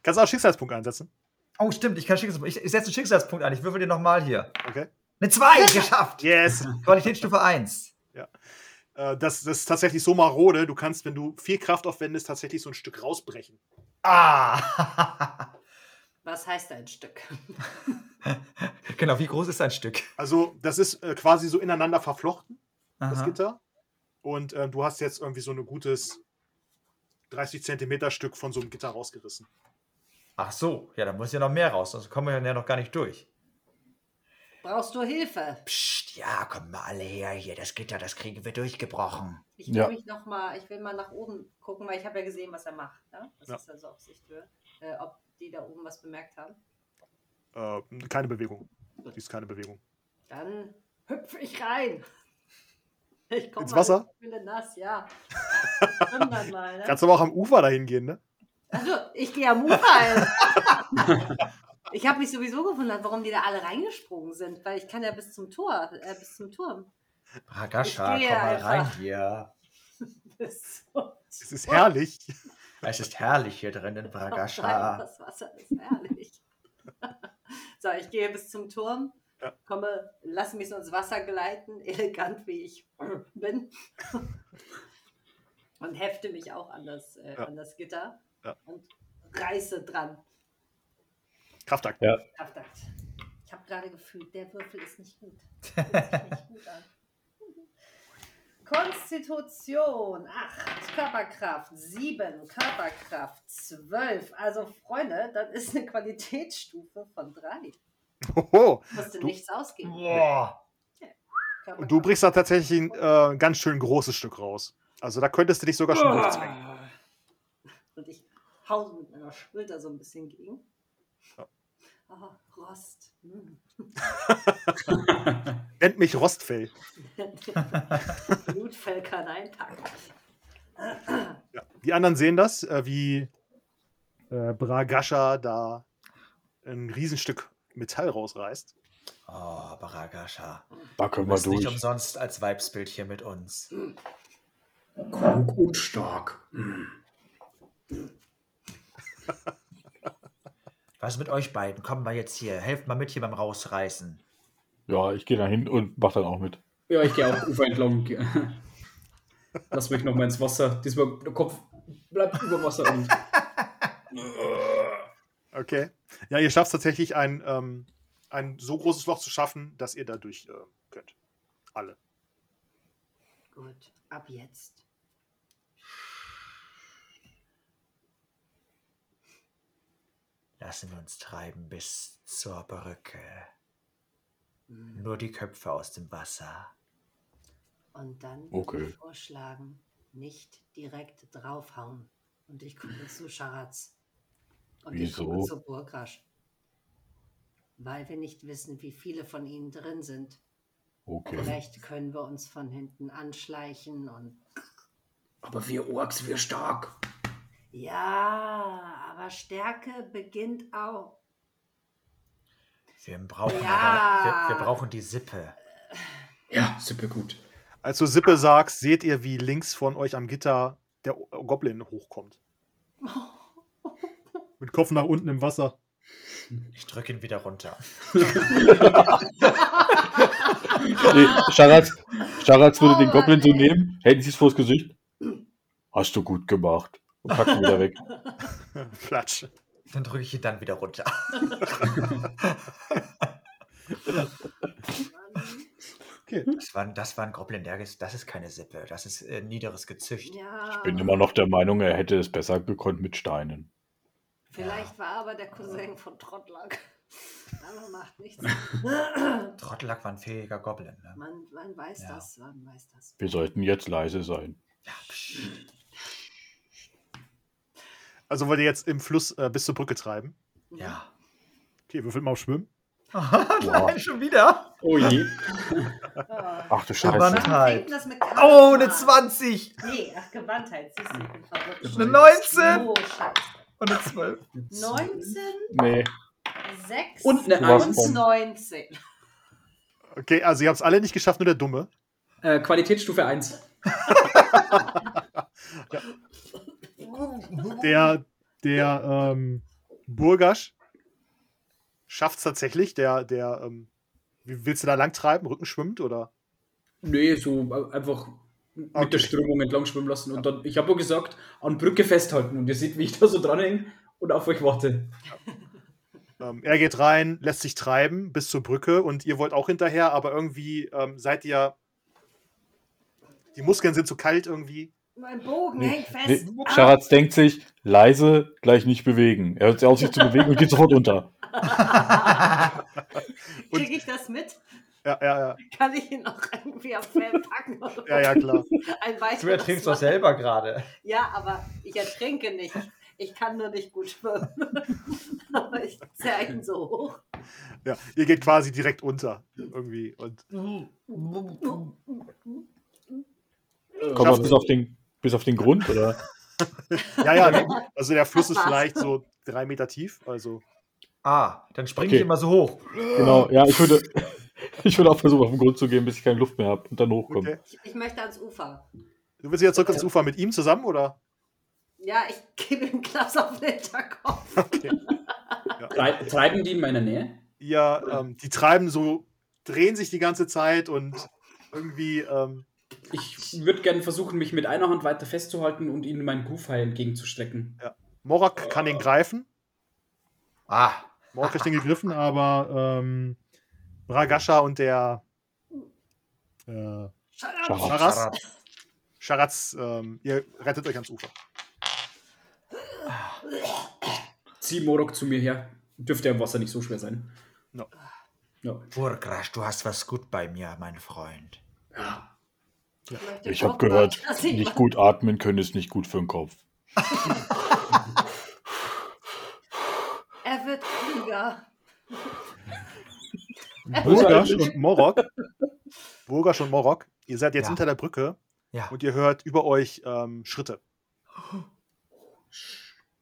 Kannst du auch Schicksalspunkte einsetzen. Oh, stimmt. Ich, kann Schicksalspunkt. ich, ich setze einen Schicksalspunkt an. Ich würfel den nochmal hier. Okay. Eine 2 *laughs* geschafft. *laughs* Yes. Qualitätsstufe 1. Äh, das, das ist tatsächlich so marode. Du kannst, wenn du viel Kraft aufwendest, tatsächlich so ein Stück rausbrechen. Ah. Was heißt ein Stück? *laughs* *laughs* genau, wie groß ist ein Stück? Also, das ist äh, quasi so ineinander verflochten, das Aha. Gitter. Und äh, du hast jetzt irgendwie so ein gutes 30 Zentimeter Stück von so einem Gitter rausgerissen. Ach so, ja, da muss ja noch mehr raus, sonst kommen wir ja noch gar nicht durch. Brauchst du Hilfe? Psst, ja, kommt mal alle her hier, das Gitter, das kriegen wir durchgebrochen. Ich will Ja. mich noch mal, ich will mal nach oben gucken, weil ich habe ja gesehen, was er macht. Ne? Das Ja. ist ja so auf Sichthöhe. Äh, ob die da oben was bemerkt haben. Äh, keine Bewegung. Die ist keine Bewegung. Dann hüpfe ich rein. *laughs* Ich komm Ins mal Wasser? Ich bin *laughs* nass, ja. Schwimm dann mal, ne? Kannst aber auch am Ufer dahin gehen, ne? Also, ich gehe am Ufer ein. *laughs* ich habe mich sowieso gewundert, warum die da alle reingesprungen sind, weil ich kann ja bis zum Tor, äh, bis zum Turm. *laughs* Ragascha, Ich komm gehe mal einfach. rein hier. Bis zum Es ist herrlich. *laughs* Es ist herrlich hier drinnen, Rein, Ragascha. Das Wasser ist herrlich. *laughs* so, ich gehe bis zum Turm, Ja. komme, lasse mich so ins Wasser gleiten, *laughs* elegant wie ich bin. *laughs* und hefte mich auch an das, äh, Ja. an das Gitter Ja. und reiße dran. Kraftakt. Kraftakt. Ich habe gerade gefühlt, der Würfel ist nicht gut. Fühlt sich nicht gut an. Konstitution 8, Körperkraft 7, Körperkraft 12. Also Freunde, das ist eine Qualitätsstufe von 3. Hoho. Musste Du- nichts ausgeben. Boah. Und du brichst da tatsächlich ein äh, ganz schön großes Stück raus. Also da könntest du dich sogar schon durchzwängen. Und ich hau mit meiner Schulter so ein bisschen gegen. Ja. Oh, Rost. Hm. *laughs* Nennt mich Rostfell. Blutfell kann einpacken. Ja. Die anderen sehen das, äh, wie äh, Bragascha da ein Riesenstück Metall rausreißt. Oh, Ragascha. Da können Du wir bist nicht durch. umsonst als Weibsbild hier mit uns. Klug und stark. Hm. Was mit euch beiden? Kommt mal jetzt hier, helft mal mit hier beim Rausreißen. Ja, ich gehe da hin und mach dann auch mit. Ja, ich gehe auch Ufer entlang. Lass mich nochmal ins Wasser. Diesmal der Kopf bleibt über Wasser. Und Okay. Ja, ihr schafft tatsächlich ein, ähm, ein so großes Loch zu schaffen, dass ihr dadurch äh, könnt. Alle. Gut, ab jetzt. Lassen wir uns treiben bis zur Brücke. Hm. Nur die Köpfe aus dem Wasser. Und dann Okay. würde ich vorschlagen, nicht direkt draufhauen. Und ich gucke zu Scharatz. Und ich gucke Wieso? zu Burkrasch. Weil wir nicht wissen, wie viele von ihnen drin sind. Okay. Vielleicht können wir uns von hinten anschleichen und. Aber wir Orks, wir stark. Ja, aber Stärke beginnt auch. Wir brauchen, Ja. aber, wir, wir brauchen die Sippe. Ja, super gut. Als du Sippe sagst, seht ihr, wie links von euch am Gitter der O- Goblin hochkommt. Oh Mit Kopf nach unten im Wasser. Ich drücke ihn wieder runter. Nee, Scharatz, Scharatz würde Oh den Goblin so Mann, ey. nehmen, hält sich vors Gesicht. Hast du gut gemacht. Und packt ihn wieder weg. *laughs* Platsch. Dann drücke ich ihn dann wieder runter. *laughs* Das war, das war ein Goblin, der, ist- das ist keine Sippe. Das ist äh, niederes Gezücht. Ja, Bin immer noch der Meinung, er hätte es besser gekonnt mit Steinen. vielleicht war aber der Cousin von Trottlack. Aber macht nichts. *laughs* Trottlack war ein fähiger Goblin. Ne? Man, man weiß Ja. das, man weiß das. Wir sollten jetzt leise sein. Also wollt ihr jetzt im Fluss äh, bis zur Brücke treiben? Mhm. Ja. Okay, würfel mal auf Schwimmen. Nein, schon wieder. Oh je. Ja. Ach du Gewann- Scheiße. Halt. Fängt das mit Charisma Oh, eine an? 20 Nee, ach, Gewandtheit. Siehst du, ich bin verrückt. Eine 19. Oh, Scheiße. und eine 12. 19, Nee. 6 Und eine Du warst Eins. vom- 19. Okay, also ihr habt es alle nicht geschafft, nur der Dumme. Äh, Qualitätsstufe 1. Der, der ähm, Burgasch schafft es tatsächlich. Der, der, ähm, wie willst du da lang treiben? Rücken schwimmt oder? Nee, so äh, einfach mit Okay. der Strömung entlang schwimmen lassen. Und dann, ich habe nur gesagt, an Brücke festhalten. Und ihr seht, wie ich da so dranhänge und auf euch warte. Ähm, er geht rein, lässt sich treiben bis zur Brücke und ihr wollt auch hinterher, aber irgendwie ähm, seid ihr. Die Muskeln sind zu kalt irgendwie. Mein Bogen Nee, hängt Nee, fest. Ah, Scharatz denkt sich, leise, gleich nicht bewegen. Er hört sich auf, sich zu bewegen und geht sofort unter. und- Kriege Ah, ich das mit? Ja, ja, ja. Kann ich ihn auch irgendwie auf Fell packen? Oder Ja, ja, klar. Ein Du ertrinkst doch weiteres Mal? selber gerade. Ja, aber ich ertrinke nicht. Ich kann nur nicht gut schwimmen. *laughs* aber ich zerre ihn so hoch. Ja, ihr geht quasi direkt unter irgendwie und Kommt Schafft man bis auf den, bis auf den Grund, oder? ja, ja. ne? Also der Fluss ist vielleicht so drei Meter tief. Also Ah, dann springe ich Okay. immer so hoch. Genau, ja, ich würde, *laughs* ich würde auch versuchen, auf den Grund zu gehen, bis ich keine Luft mehr habe und dann hochkomme. okay. Ich, ich möchte ans Ufer. du willst wieder zurück ans Ufer mit ihm zusammen oder? Ja, ich gebe ihm einen Klaps auf den Hinterkopf. Okay. Trei treiben die in meiner Nähe? Ihr, ähm, die treiben so, drehen sich die ganze Zeit und irgendwie ähm, Ich würde gerne versuchen, mich mit einer Hand weiter festzuhalten und ihnen meinen Goofy entgegenzustrecken. Morak kann ihn greifen. Ah, Morak kriegt den gegriffen, aber ähm, Bragascha und der äh, Schau Schau. Scharatz, Scharatz ähm, ihr rettet euch ans Ufer. Zieh Morok zu mir her. Dürfte ja im Wasser nicht so schwer sein. No. No. Burgrasch, du hast was gut bei mir, mein Freund. Ja. möchte Ich habe gucken, gehört, dass ich- nicht gut atmen können ist nicht gut für den Kopf. Er wird klüger. Burgasch und Morok. Burgasch und Morok, ihr seid jetzt Ja. hinter der Brücke Ja. und ihr hört über euch ähm, Schritte.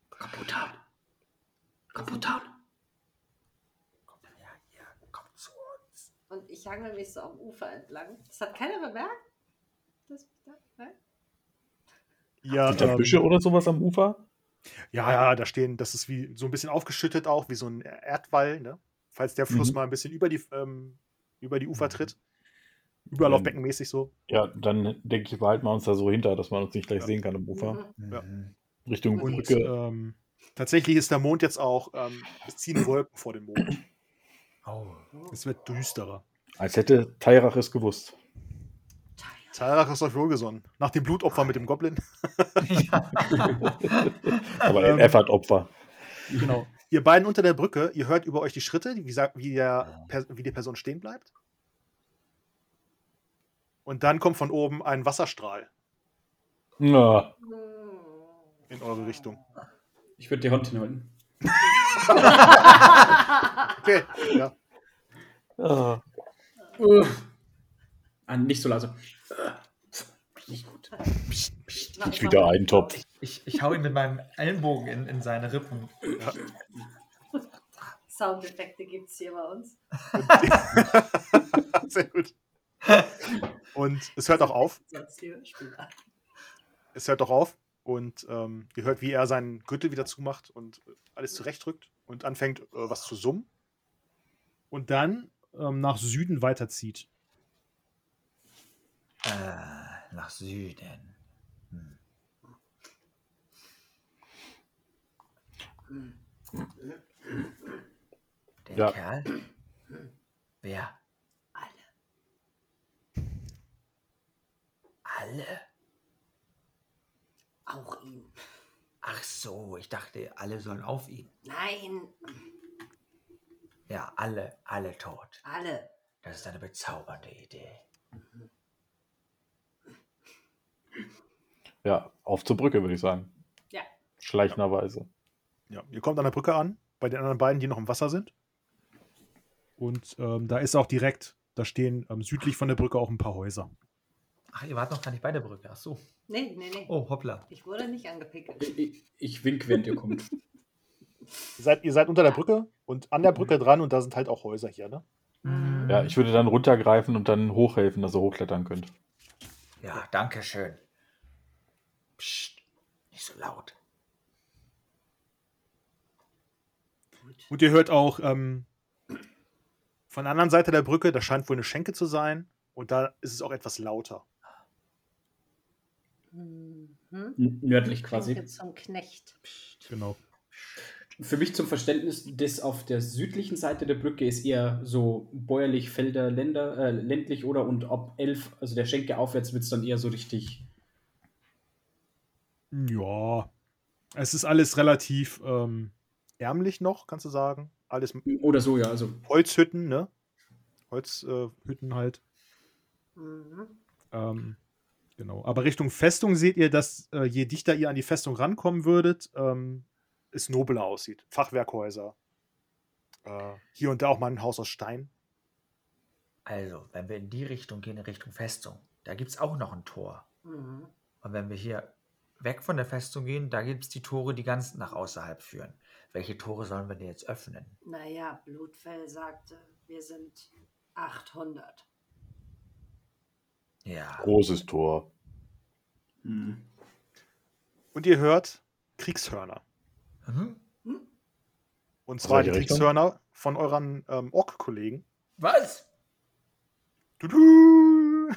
Kaputan. Kaputan. Ja, ja, komm zu. Und ich hangel mich so am Ufer entlang. Das hat keiner bemerkt. Das, nein? Ihr, ähm, Sind da Büsche oder sowas am Ufer? ja, ja, da stehen, das ist wie so ein bisschen aufgeschüttet auch, wie so ein Erdwall, ne? Falls der Fluss Mhm. mal ein bisschen über die, ähm, über die Ufer tritt. Ähm. Überlaufbeckenmäßig so. Ja, dann denke ich, behalten wir uns da so hinter, dass man uns nicht gleich sehen kann am Ufer. Mhm. Ja. Mhm. Richtung Und, äh, Und Brücke. ähm, tatsächlich ist der Mond jetzt auch, ähm, es *clears throat* ziehen Wolken vor dem Mond. Oh. Es wird düsterer. Als hätte Tairach es gewusst. Talrach ist euch wohlgesonnen. Nach dem Blutopfer mit dem Goblin. Ja. Aber Ähm. er hat Opfer. *laughs* Genau. Ihr beiden unter der Brücke, ihr hört über euch die Schritte, die- wie, sa- wie, der, Per- wie die Person stehen bleibt. Und dann kommt von oben ein Wasserstrahl Ja. Hm, in eure Richtung. Ich würde die Hand hinhalten. *laughs* *laughs* Okay, ja. Ah. Uh. Ah, nicht so leise. Uh. Nicht gut. Ich wieder einen Topf. Ich, ich hau ihn mit meinem Ellenbogen in, in seine Rippen. Soundeffekte gibt es hier bei uns. Sehr *laughs* gut. Und es hört auch auf. Sonst hier Spieler. Es hört auch auf. Und ähm, ihr hört, wie er seinen Gürtel wieder zumacht und äh, alles zurechtrückt und anfängt, äh, was zu summen. Und dann ähm, nach Süden weiterzieht. Äh, nach Süden. Hm. Hm. Der Ja. Kerl? Wer? Alle. Alle? Auch ihn. Ach so, ich dachte, alle sollen auf ihn. Nein, Ja, alle, alle tot. alle. Das ist eine bezaubernde Idee. Ja, auf zur Brücke, würde ich sagen. Ja. Schleichenderweise. Ja, ihr kommt an der Brücke an, bei den anderen beiden, die noch im Wasser sind. Und ähm, da ist auch direkt, da stehen ähm, südlich von der Brücke auch ein paar Häuser. Ach, ihr wart noch gar nicht bei der Brücke. Ach so. Nee, nee, nee. Oh, hoppla. Ich wurde nicht angepickelt. Ich, ich, ich wink, wenn ihr kommt. Ihr seid, ihr seid unter der Brücke und an der Brücke dran und da sind halt auch Häuser hier, ne? Mhm. Ja, ich würde dann runtergreifen und dann hochhelfen, dass ihr hochklettern könnt. Ja, danke schön. Psst, nicht so laut. Und ihr hört auch ähm, von der anderen Seite der Brücke, da scheint wohl eine Schenke zu sein und da ist es auch etwas lauter. Mhm. Nördlich quasi. Schenke Zum Knecht. Genau. Für mich zum Verständnis, das auf der südlichen Seite der Brücke ist eher so bäuerlich, Felder, Länder, äh, ländlich oder und ab 11, also der Schenke aufwärts wird es dann eher so richtig. Ja. Es ist alles relativ ähm, ärmlich noch, kannst du sagen. Alles mit Oder so, ja, also Holzhütten, ne? Holzhütten äh, Hütten halt. Mhm. Ähm, genau. Aber Richtung Festung seht ihr, dass äh, je dichter ihr an die Festung rankommen würdet, ähm, es nobler aussieht. Fachwerkhäuser. Äh, hier und da auch mal ein Haus aus Stein. Also, wenn wir in die Richtung gehen, in Richtung Festung, da gibt es auch noch ein Tor. Mhm. Und wenn wir hier weg von der Festung gehen, da gibt es die Tore, die ganz nach außerhalb führen. Welche Tore sollen wir denn jetzt öffnen? Naja, Blutfell sagte, wir sind 800. Ja. Großes Tor. hm, Und ihr hört Kriegshörner. Hm? Und zwar die welche Richtung? Kriegshörner von euren ähm, Ork-Kollegen. Was? Du, du.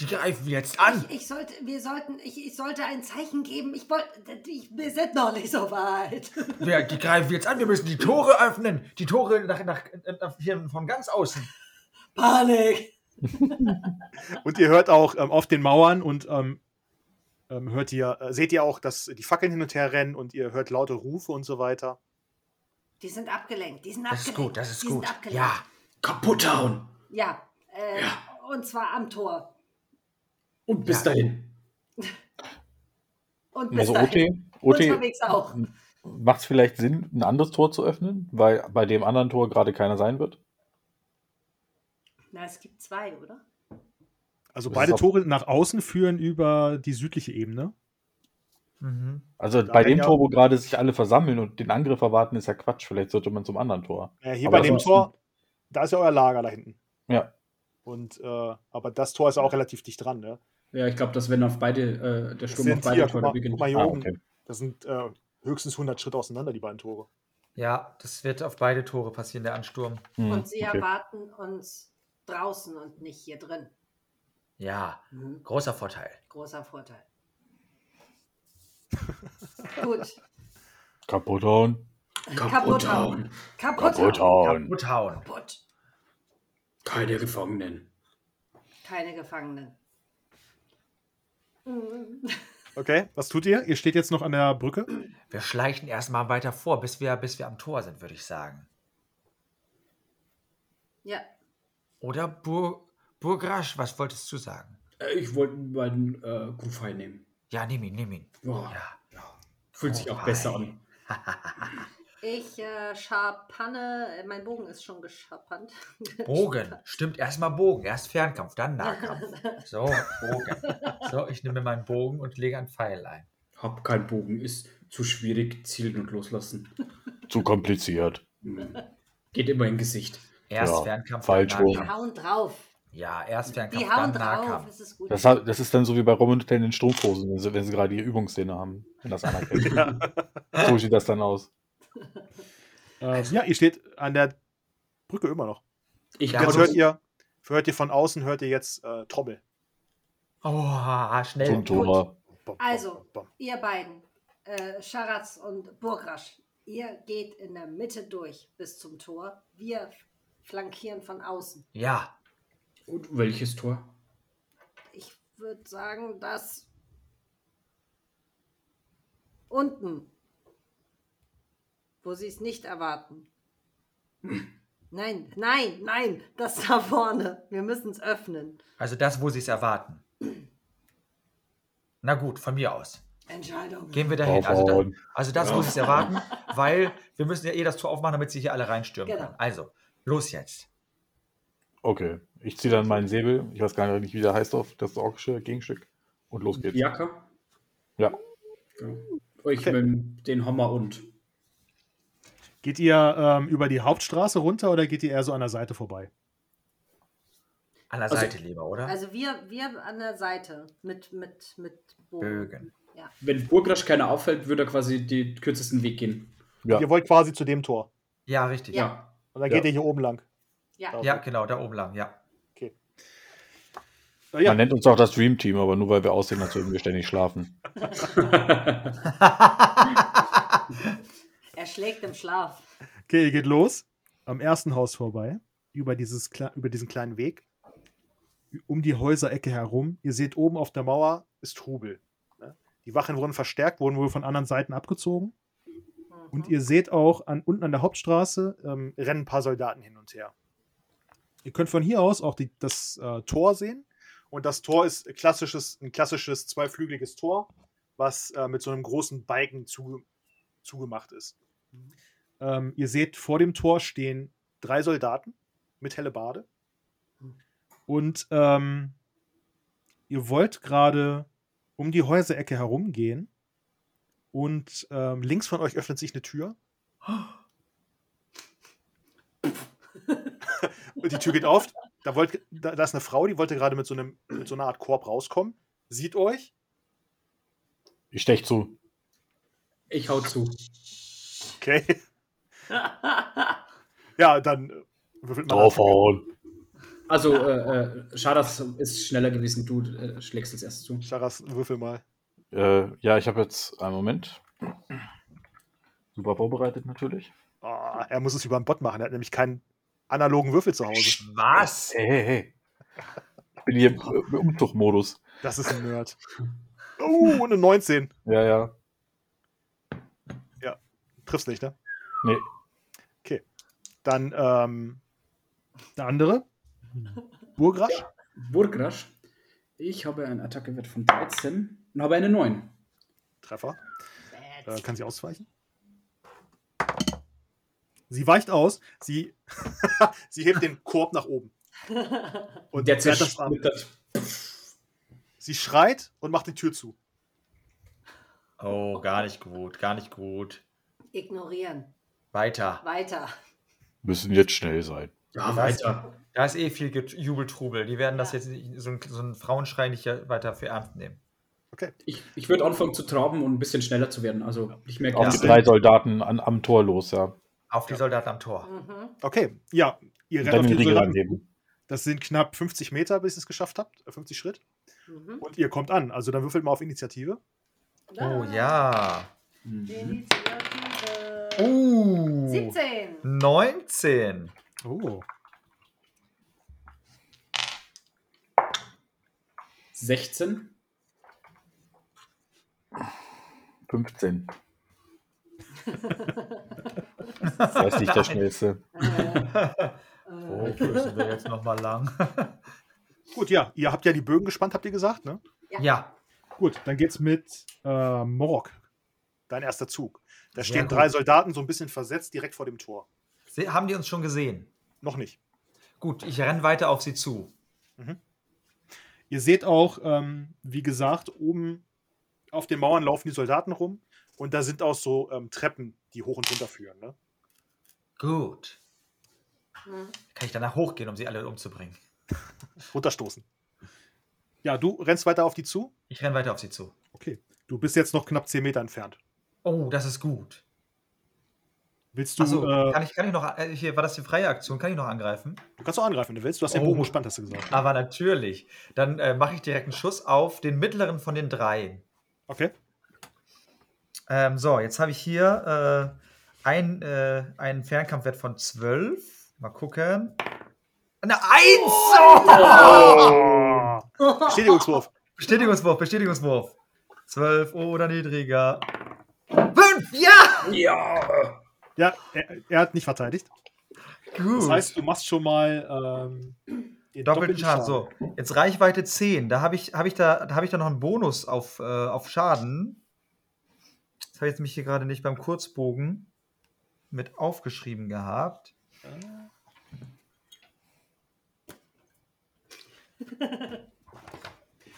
Die greifen jetzt an. Ich, ich sollte, wir sollten, ich, ich sollte ein Zeichen geben. Ich wollte, ich, wir sind noch nicht so weit. *laughs* Ja, die greifen jetzt an. Wir müssen die Tore öffnen. Die Tore nach, nach, nach hier von ganz außen. Panik. Und ihr hört auch ähm, auf den Mauern und ähm, ähm, hört ihr, äh, seht ihr auch, dass die Fackeln hin und her rennen und ihr hört laute Rufe und so weiter. Die sind abgelenkt. Die sind Das ist abgelenkt. gut, das ist die gut. Sind abgelenkt. Ja. kaputt hauen! Ja. Äh, Und zwar am Tor. Und bis Ja. dahin. Und bis Also dahin. OT, OT Unterwegs auch. Hm. macht es vielleicht Sinn, ein anderes Tor zu öffnen, weil bei dem anderen Tor gerade keiner sein wird? Na, es gibt zwei, oder? Also Das beide ist auch- Tore nach außen führen über die südliche Ebene. Mhm. Also Da bei werden dem ja- Tor, wo gerade sich alle versammeln und den Angriff erwarten, ist ja Quatsch. Vielleicht sollte man zum anderen Tor. Ja, Äh, hier Aber bei dem sonst- Tor, da ist ja euer Lager da hinten. Ja. Und äh, aber das Tor ist ja auch relativ dicht dran, ne? Ja, ich glaube, dass wenn auf beide, äh, der Das Sturm auf sind beide hier, guck Tore mal, beginnt. guck mal hier Ah, oben. okay. Das sind äh, höchstens 100 Schritte auseinander, die beiden Tore. Ja, das wird auf beide Tore passieren, der Ansturm. Hm, Und sie okay. erwarten uns draußen und nicht hier drin. Ja, Mhm. großer Vorteil. *laughs* Großer Vorteil. Gut. Kaputt hauen. Kaputt hauen. Kaputt. Kaputt hauen. hauen. Gut hauen. Kaputt. Keine Gefangenen. Keine Gefangenen. Mhm. Okay, was tut ihr? Ihr steht jetzt noch an der Brücke. Wir schleichen erstmal weiter vor, bis wir, bis wir am Tor sind, würde ich sagen. Ja, Oder Bur Burgrasch, was wolltest du sagen? Äh, Ich wollte meinen äh, Kufei nehmen. Ja, nimm ihn, nimm ihn. Boah, Ja. Fühlt sich auch Kufei. besser an. ich äh, scharpanne, äh, mein Bogen ist schon geschappannt. Bogen. Stimmt, erstmal Bogen. Erst Fernkampf, dann Nahkampf. So, Bogen. So, ich nehme meinen Bogen und lege einen Pfeil ein. Hab keinen Bogen, ist zu schwierig, zielen und loslassen. Zu kompliziert. Hm. Geht immer im Gesicht. Erst Ja, Fernkampf, falsch dann rum. Die Nahkampf. hauen drauf. Ja, erst Fernkampf, Die dann hauen drauf. Nahkampf. Es ist gut. Das, hat- das ist dann so wie bei Roman und Tell in den Strumpfhosen, wenn sie, wenn sie gerade die Übungsszene haben. Wenn das einer *laughs* kennt. So sieht das dann aus. Äh, ja, ihr steht an der Brücke immer noch. Ich Ja, kann Jetzt aber hört das- ihr, hört ihr von außen, hört ihr jetzt äh, Trommel. Oh, Äh, schnell. Zum Tor. Bom, bom, Also. bom, bom. Ihr beiden, äh, Scharatz und Burgrasch, ihr geht in der Mitte durch bis zum Tor. Wir flankieren von außen. Ja, Und welches Tor? Ich würde sagen, dass unten, wo sie es nicht erwarten. Nein, nein, nein, das da vorne. Wir müssen es öffnen. also das, wo sie es erwarten. Na gut, von mir aus. Entscheidung. Gehen wir dahin. Also, da, Aufhauen. also das muss ich erwarten, weil wir müssen ja eh das Tor aufmachen, damit sie hier alle reinstürmen Genau. können. Also, los jetzt. Okay, ich ziehe dann meinen Säbel. Ich weiß gar nicht, wie der heißt auf das orkische Gegenstück. Und los geht's. Jacke. Ja. ja. Ich Okay. mit den Hammer und. Geht ihr ähm, über die Hauptstraße runter oder geht ihr eher so an der Seite vorbei? An der Also- Seite lieber, oder? Also wir, wir an der Seite mit, mit, mit Bögen. Wenn Burgrasch keiner auffällt, würde er quasi den kürzesten Weg gehen. Ja. Ihr wollt quasi zu dem Tor. ja, richtig. Ja. Ja. Und dann Ja. geht ihr hier oben lang. Ja. genau, da oben lang, ja. Äh, ja. Man nennt uns auch das Dream Team, aber nur weil wir aussehen, als würden wir ständig schlafen. Er schlägt im Schlaf. Okay, ihr geht los. Am ersten Haus vorbei. Über, dieses, kle- über diesen kleinen Weg. Um die Häuserecke herum. Ihr seht oben auf der Mauer ist Trubel. ne? Die Wachen wurden verstärkt, wurden wohl von anderen Seiten abgezogen. Mhm. Und ihr seht auch an, unten an der Hauptstraße ähm, rennen ein paar Soldaten hin und her. Ihr könnt von hier aus auch die, das äh, Tor sehen. Und das Tor ist ein klassisches, ein klassisches zweiflügeliges Tor, was äh, mit so einem großen Balken zuge zugemacht ist. Ähm, ihr seht, vor dem Tor stehen drei Soldaten mit Hellebarde. Und ähm, ihr wollt gerade um die Häuserecke herumgehen. Und ähm, links von euch öffnet sich eine Tür. Und die Tür geht auf. Da, wollt, da, da ist eine Frau, die wollte gerade mit, so einem, mit so einer Art Korb rauskommen. Sieht euch. Ich stech zu. Ich hau zu. Okay. Ja, dann äh, würfelt man. Draufhauen. Also, äh, äh, Schadas ist schneller gewesen. Du äh, schlägst als erstes zu. Charas, würfel mal. Äh, ja, ich habe jetzt einen Moment. Super vorbereitet natürlich. Ah, er muss es über den Bot machen. Er hat nämlich keinen analogen Würfel zu Hause. Was? Hey, hey, hey. Ich bin hier im im Umzugmodus. Das ist ein Nerd. Oh, und eine 19. Ja, ja. Triffst nicht, ne? Nee. Dann ähm, der andere. Burgrasch. Burgrasch. Ich habe einen Attackewert von 13 und habe eine 9. Treffer. Äh, kann sie ausweichen? Sie weicht aus. Sie, *laughs* sie hebt den Korb nach oben. Und Der fährt das an. zersplittert. Sie schreit und macht die Tür zu. Oh, gar nicht gut, gar nicht gut. *laughs* Ignorieren. Weiter. Weiter. Müssen jetzt schnell sein. Ja, weiter. Da ist eh viel Get- Jubeltrubel. Die werden das Ja. jetzt nicht, so ein, so ein Frauenschrei nicht äh, weiter für ernst nehmen. Ich, ich würde anfangen zu traben und ein bisschen schneller zu werden. Also, ich merke Auf das. die drei Soldaten an, am Tor los, ja. Auf die Soldaten am Tor. Mhm. Okay, ja. Ihr Und rennt dann auf den den Riegel Soldaten. anheben. Das sind knapp 50 Meter, bis ihr es geschafft habt. äh, 50 Schritt. Mhm. Und ihr kommt an. Also dann würfelt mal auf Initiative. Ah. Oh ja. Die Mhm. Initiative. Uh. 17. 19. Oh. 16. 15. Das heißt nicht der schnellste. *laughs* Oh, Äh, müssen wir jetzt nochmal lang. Gut, ja. Ihr habt ja die Bögen gespannt, habt ihr gesagt, ne? ja. Gut, dann geht's mit äh, Morok. Dein erster Zug. Da Sehr stehen gut. drei Soldaten so ein bisschen versetzt direkt vor dem Tor. Sie, haben die uns schon gesehen? Noch nicht. Gut, ich renne weiter auf sie zu. Ihr seht auch, ähm, wie gesagt, oben auf den Mauern laufen die Soldaten rum und da sind auch so ähm, Treppen, die hoch und runter führen. Ne? Gut. mhm. Kann ich danach hochgehen, um sie alle umzubringen? Runterstoßen. Ja, du rennst weiter auf die zu. Ich renne weiter auf sie zu. Okay. Du bist jetzt noch knapp 10 Meter entfernt. Oh, das ist gut. Willst du. Achso, äh, kann, ich, kann ich noch. äh, Hier, war das die freie Aktion? Kann ich noch angreifen? du kannst auch angreifen, wenn du willst. Du hast den Oh. Bogen gespannt, hast du gesagt. Aber natürlich. Dann äh, mache ich direkt einen Schuss auf den mittleren von den dreien. *laughs* Okay. Ähm, so, jetzt habe ich hier äh, ein, äh, einen Fernkampfwert von 12. Mal gucken. Eine Eins! Oh. Bestätigungswurf. Bestätigungswurf, Bestätigungswurf. 12 oder niedriger. 5! Ja! Ja! Ja, er, er hat nicht verteidigt. Gut. Das heißt, du machst schon mal ähm, Den Doppelten Schaden. So, jetzt Reichweite 10. Da habe ich, hab ich, da, da hab ich da noch einen Bonus auf, äh, auf Schaden. Das habe ich jetzt mich hier gerade nicht beim Kurzbogen mit aufgeschrieben gehabt.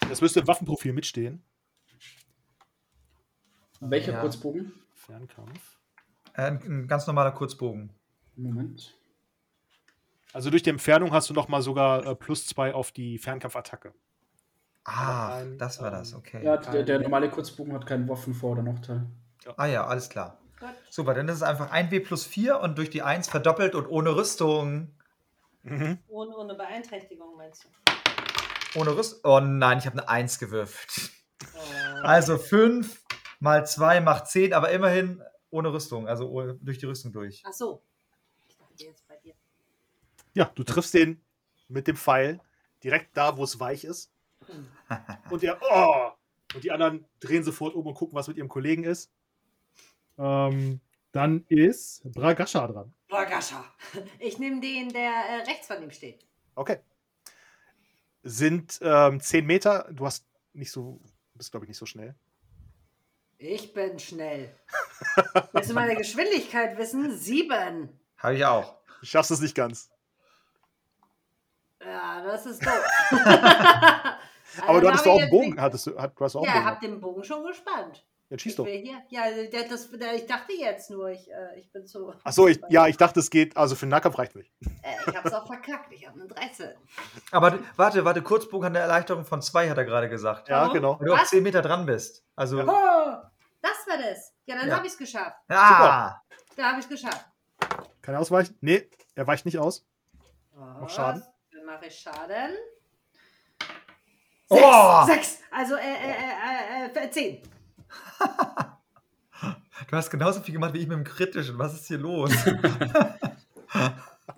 Das müsste im Waffenprofil mitstehen. Welcher Ja. Kurzbogen? Fernkampf. Äh, ein, ein ganz normaler Kurzbogen. Moment. Also durch die Entfernung hast du nochmal sogar äh, plus zwei auf die Fernkampfattacke. Ah, Ein, das war ähm, das, okay. Ja, der, der normale Kurzbogen hat keinen Waffenvor- oder Nachteil. Ah ja, alles klar. Gut. Super, dann ist es einfach 1W plus 4 und durch die 1 verdoppelt und ohne Rüstung. Mhm. Ohne, ohne Beeinträchtigung, meinst du? Ohne Rüstung. Oh nein, ich habe eine 1 gewürfelt. Oh. Also 5 mal 2 macht 10, aber immerhin ohne Rüstung, also oh- durch die Rüstung durch. Ach so. Ich dachte jetzt bei dir. Ja, du triffst den mit dem Pfeil direkt da, wo es weich ist. Und der, oh! Und die anderen drehen sofort um und gucken, was mit ihrem Kollegen ist. Ähm, dann ist Bragascha dran. Bragascha. Ich nehme den, der äh, rechts von ihm steht. Okay. Sind ähm, 10 Meter. Du hast nicht so, bist glaube ich nicht so schnell. Ich bin schnell. Willst du meine Geschwindigkeit wissen? Sieben. Habe ich auch. Du schaffst es nicht ganz. Ja, das ist doof. *laughs* Ähm, Äh, Aber du hattest doch auch einen Bogen. Hattest Hattest du, hat, du hast auch du einen ja, Bogen. ich habe gehabt. den Bogen schon gespannt. Dann schieß Ich doch. will hier. Ja, der, das, der, ich dachte jetzt nur, ich, äh, ich bin so. Achso, ich, ja, ich dachte, es geht. Also für den Nahkampf reicht nicht. Äh, ich habe es auch verkackt. Ich habe eine 13. Aber d- warte, warte, Kurzbogen hat eine Erleichterung von 2, hat er gerade gesagt. Ja, Warum? genau. Weil du auf Was? 10 Meter dran bist. Also, Oh, das war das. Ja, dann Ja. habe ich es geschafft. ah, Da habe ich es geschafft. Kann er ausweichen? Nee, er weicht nicht aus. Noch Schaden? Dann mache ich Schaden. Sechs, Oh! sechs. Also äh, äh, äh, äh, äh, zehn. du hast genauso viel gemacht wie ich mit dem Kritischen. Was ist hier los?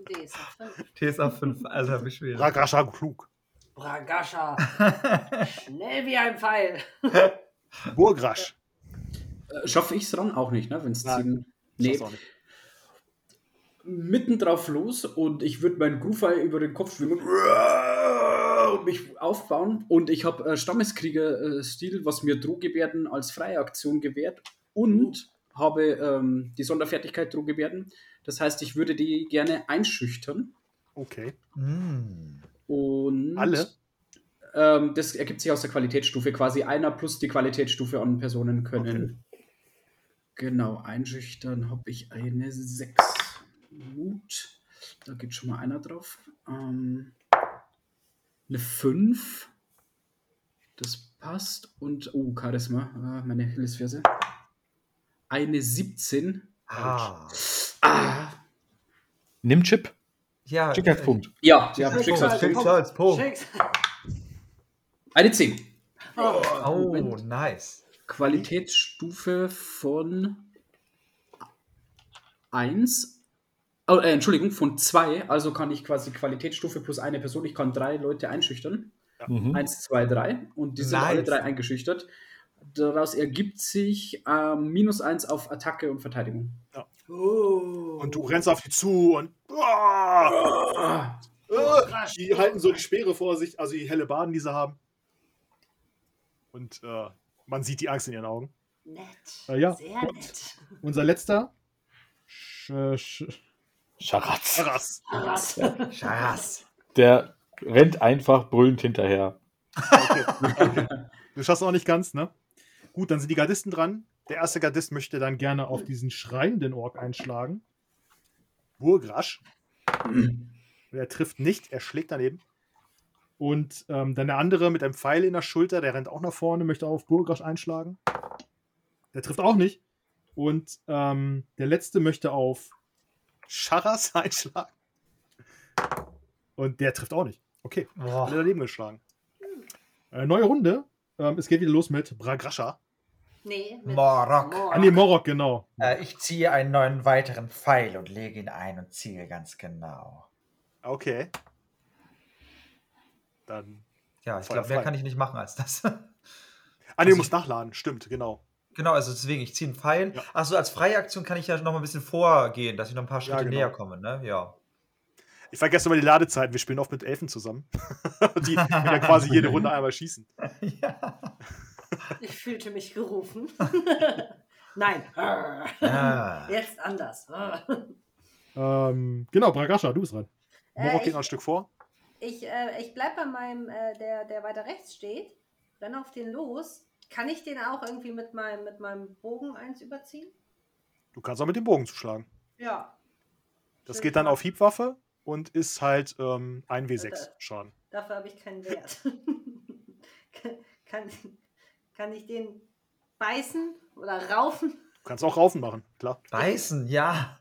Nee, es sind fünf. TSA 5, alter Beschwerde. Bragascha klug. *laughs* Bragascha. Schnell wie ein Pfeil. Burgrasch. Äh, Schaffe ich es dann auch nicht, ne? Wenn es Nein. ziehen. Nee. Schaffst auch nicht. Mitten drauf los und ich würde meinen Groovei über den Kopf schwingen und mich aufbauen. Und ich habe äh, Stammeskrieger-Stil, was mir Drohgebärden als freie Aktion gewährt und habe ähm, die Sonderfertigkeit Drohgebärden. Das heißt, ich würde die gerne einschüchtern. Okay. Hm. Und Alle? Ähm, das ergibt sich aus der Qualitätsstufe quasi. Einer plus die Qualitätsstufe an Personen können. Genau, einschüchtern habe ich eine 6. Mut. Da geht schon mal einer drauf. Ähm, eine 5. Das passt. Und, oh, Charisma, äh, meine Hillesverse. Eine 17. Ah. Ah, Nimm Chip. Ja, äh, Schickheitspunkt. ja, ja Schicksalspunkt. Schicksalspunkt. Oh. Schicksalspunkt. Schick's. Eine 10. Oh, Oh, Moment. nice. Qualitätsstufe von 1. Oh, äh, Entschuldigung, von 2. Also kann ich quasi Qualitätsstufe plus eine Person. Ich kann drei Leute einschüchtern. Mhm. 1, 2, 3. Und die sind Nice. alle drei eingeschüchtert. Daraus ergibt sich ähm, minus 1 auf Attacke und Verteidigung. Oh. Und du rennst auf die zu und. Ah! Ah, Ah! die halten so die Speere vor sich, also die helle Baden, die sie haben. Und äh, man sieht die Angst in ihren Augen. Nett. Äh, ja, Sehr gut. nett. Unser letzter. Sch Sch Scharatz. Scharas. Was? Scharas. Der rennt einfach brüllend hinterher. Okay. okay. Du schaffst auch nicht ganz, ne? Gut, dann sind die Gardisten dran. Der erste Gardist möchte dann gerne auf diesen schreienden Ork einschlagen. Burgrasch. Und Er trifft nicht, er schlägt daneben. Und ähm, dann der andere mit einem Pfeil in der Schulter, der rennt auch nach vorne, möchte auch auf Burgrasch einschlagen. Der trifft auch nicht. Und ähm, der letzte möchte auf Scharras *laughs* einschlagen. Und der trifft auch nicht. Okay, alle Boah. daneben geschlagen. Äh, neue Runde. Ähm, es geht wieder los mit Bragrascha. Nee, mit Morok. Ah, nee, Morok, genau. Äh, ich ziehe einen neuen weiteren Pfeil und lege ihn ein und ziehe ganz genau. Okay. Dann. Ja, ich Feuer glaube, mehr frei. kann ich nicht machen als das. Ah, nee, Also du ich- musst nachladen. Stimmt, genau. genau, also deswegen, ich ziehe einen Pfeil. Ja. Achso, als freie Aktion kann ich ja noch mal ein bisschen vorgehen, dass ich noch ein paar *laughs* Schritte genau. näher komme, ne? Ja. Ich vergesse immer die Ladezeiten. Wir spielen oft mit Elfen zusammen, *laughs* die ja quasi jede *laughs* Runde einmal schießen. Ja. Ich fühlte mich gerufen. *laughs* *laughs* Nein, Ah. jetzt anders. Ähm, genau, Bragascha, du bist dran. Morok Äh, geht ich- noch ein Stück vor. Ich, äh, ich bleibe bei meinem, äh, der, der weiter rechts steht. Dann auf den los. Kann ich den auch irgendwie mit meinem, mit meinem Bogen eins überziehen? Du kannst auch mit dem Bogen zuschlagen. Ja. Das Schön. geht dann auf Hiebwaffe und ist halt ähm, 1W6 Alter. Schaden. Dafür habe ich keinen Wert. *laughs* kann, kann ich den beißen oder raufen? Du kannst auch Raufen machen, klar. Beißen, ja.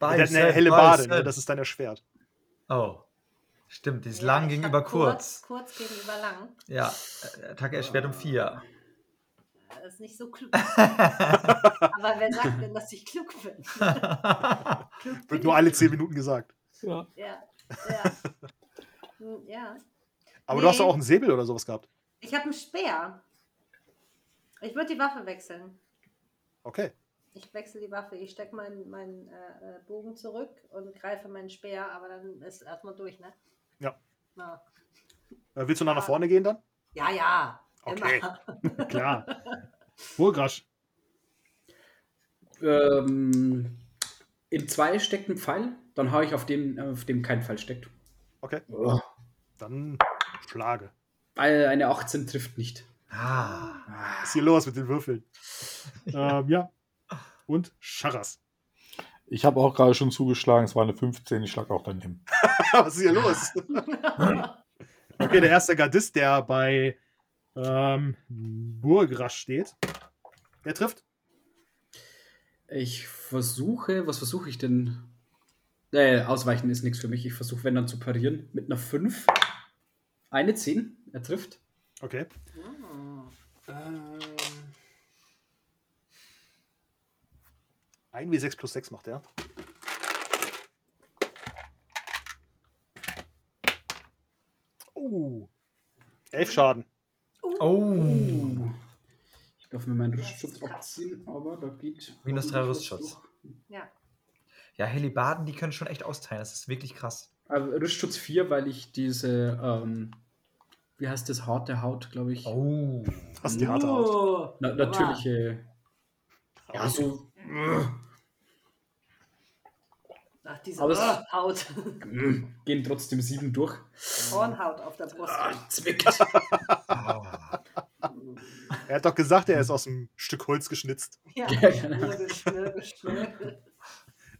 Der hat eine Beißen, helle Bade, beißen. ne? das ist dann erschwert. oh. Stimmt, die ist Ja, lang ich gegenüber hab kurz. kurz. Kurz gegenüber lang. Ja, äh, Attacke erschwert um vier. Das Äh, ist nicht *laughs* so klug. Aber wer sagt denn, dass ich klug bin? Klug bin Wird nur ich alle nicht. 10 Minuten gesagt. Ja, ja. Hm, ja. Aber Nee. du hast doch auch einen Säbel oder sowas gehabt. Ich habe einen Speer. Ich würde die Waffe wechseln. Okay. Ich wechsle die Waffe. Ich stecke meinen meinen, äh, äh, Bogen zurück und greife meinen Speer, aber dann ist erstmal durch, ne? Ja. Na. Äh, willst du noch nach Ja. vorne gehen dann? Ja, ja. Okay. Immer. Klar. *laughs* Burgrasch. Ähm, in zwei steckt ein Pfeil, dann habe ich auf dem, auf dem kein Pfeil steckt. Okay. Oh. Dann schlage. Weil Eine 18 trifft nicht. *laughs* Ah. Was ist hier los mit den Würfeln? Ähm, ja. Und Scharras. Ich habe auch gerade schon zugeschlagen, es war eine 15, ich schlag auch daneben. *laughs* Was ist hier *laughs* los? Okay, der erste Gardist, der bei ähm, Burgrasch steht, Der trifft. Ich versuche, was versuche ich denn? Äh, ausweichen ist nichts für mich. Ich versuche, wenn dann zu parieren, mit einer 5. Eine 10, er trifft. Okay. Hm. Ähm. 1W6 plus 6 macht er. Oh. 11 Schaden. Oh. Ich darf mir meinen Rüstschutz abziehen, aber da geht. Minus drei ordentlich was Rüstschutz. durch. Ja. Ja, Helibaden, die können schon echt austeilen. Das ist wirklich krass. Aber Ah, Rüstschutz 4, weil ich diese, ähm, wie heißt das, harte Haut, glaube ich. Oh. Hast die harte Haut. Oh. Na, natürliche. Ja, so. Nach dieser Aber es- Ah, Haut. mm, Gehen trotzdem sieben durch. Hornhaut auf der Brust. Ah, *laughs* zwickt. Ah. Er hat doch gesagt, er ist aus einem Stück Holz geschnitzt. Ja. Ja, genau. Schnürgel, Schnürgel, Schnürgel.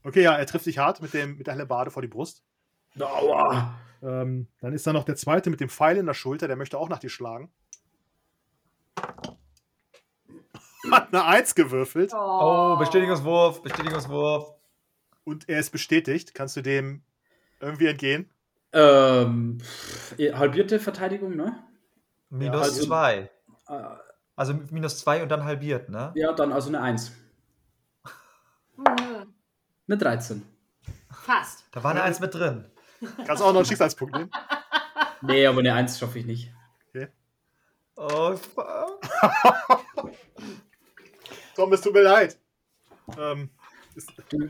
Okay, ja, er trifft dich hart mit, dem, mit der Hellebarde vor die Brust. Aua. Ähm, dann ist da noch der zweite mit dem Pfeil in der Schulter, der möchte auch nach dir schlagen. Hat eine 1 gewürfelt *laughs* Oh, Bestätigungswurf, Bestätigungswurf. und er ist bestätigt. Kannst du dem irgendwie entgehen? Ähm, pff, halbierte Verteidigung, ne? Minus also- zwei. Äh, Also minus zwei und dann halbiert, ne? ja, dann also eine 1. Hm, Eine 13. Fast. Da war eine Eins mit drin. Kannst auch noch einen Schicksalspunkt nehmen. Nee, aber eine 1 schaffe ich nicht. Oh, fuck. Tom, es tut mir leid. Ähm, Du,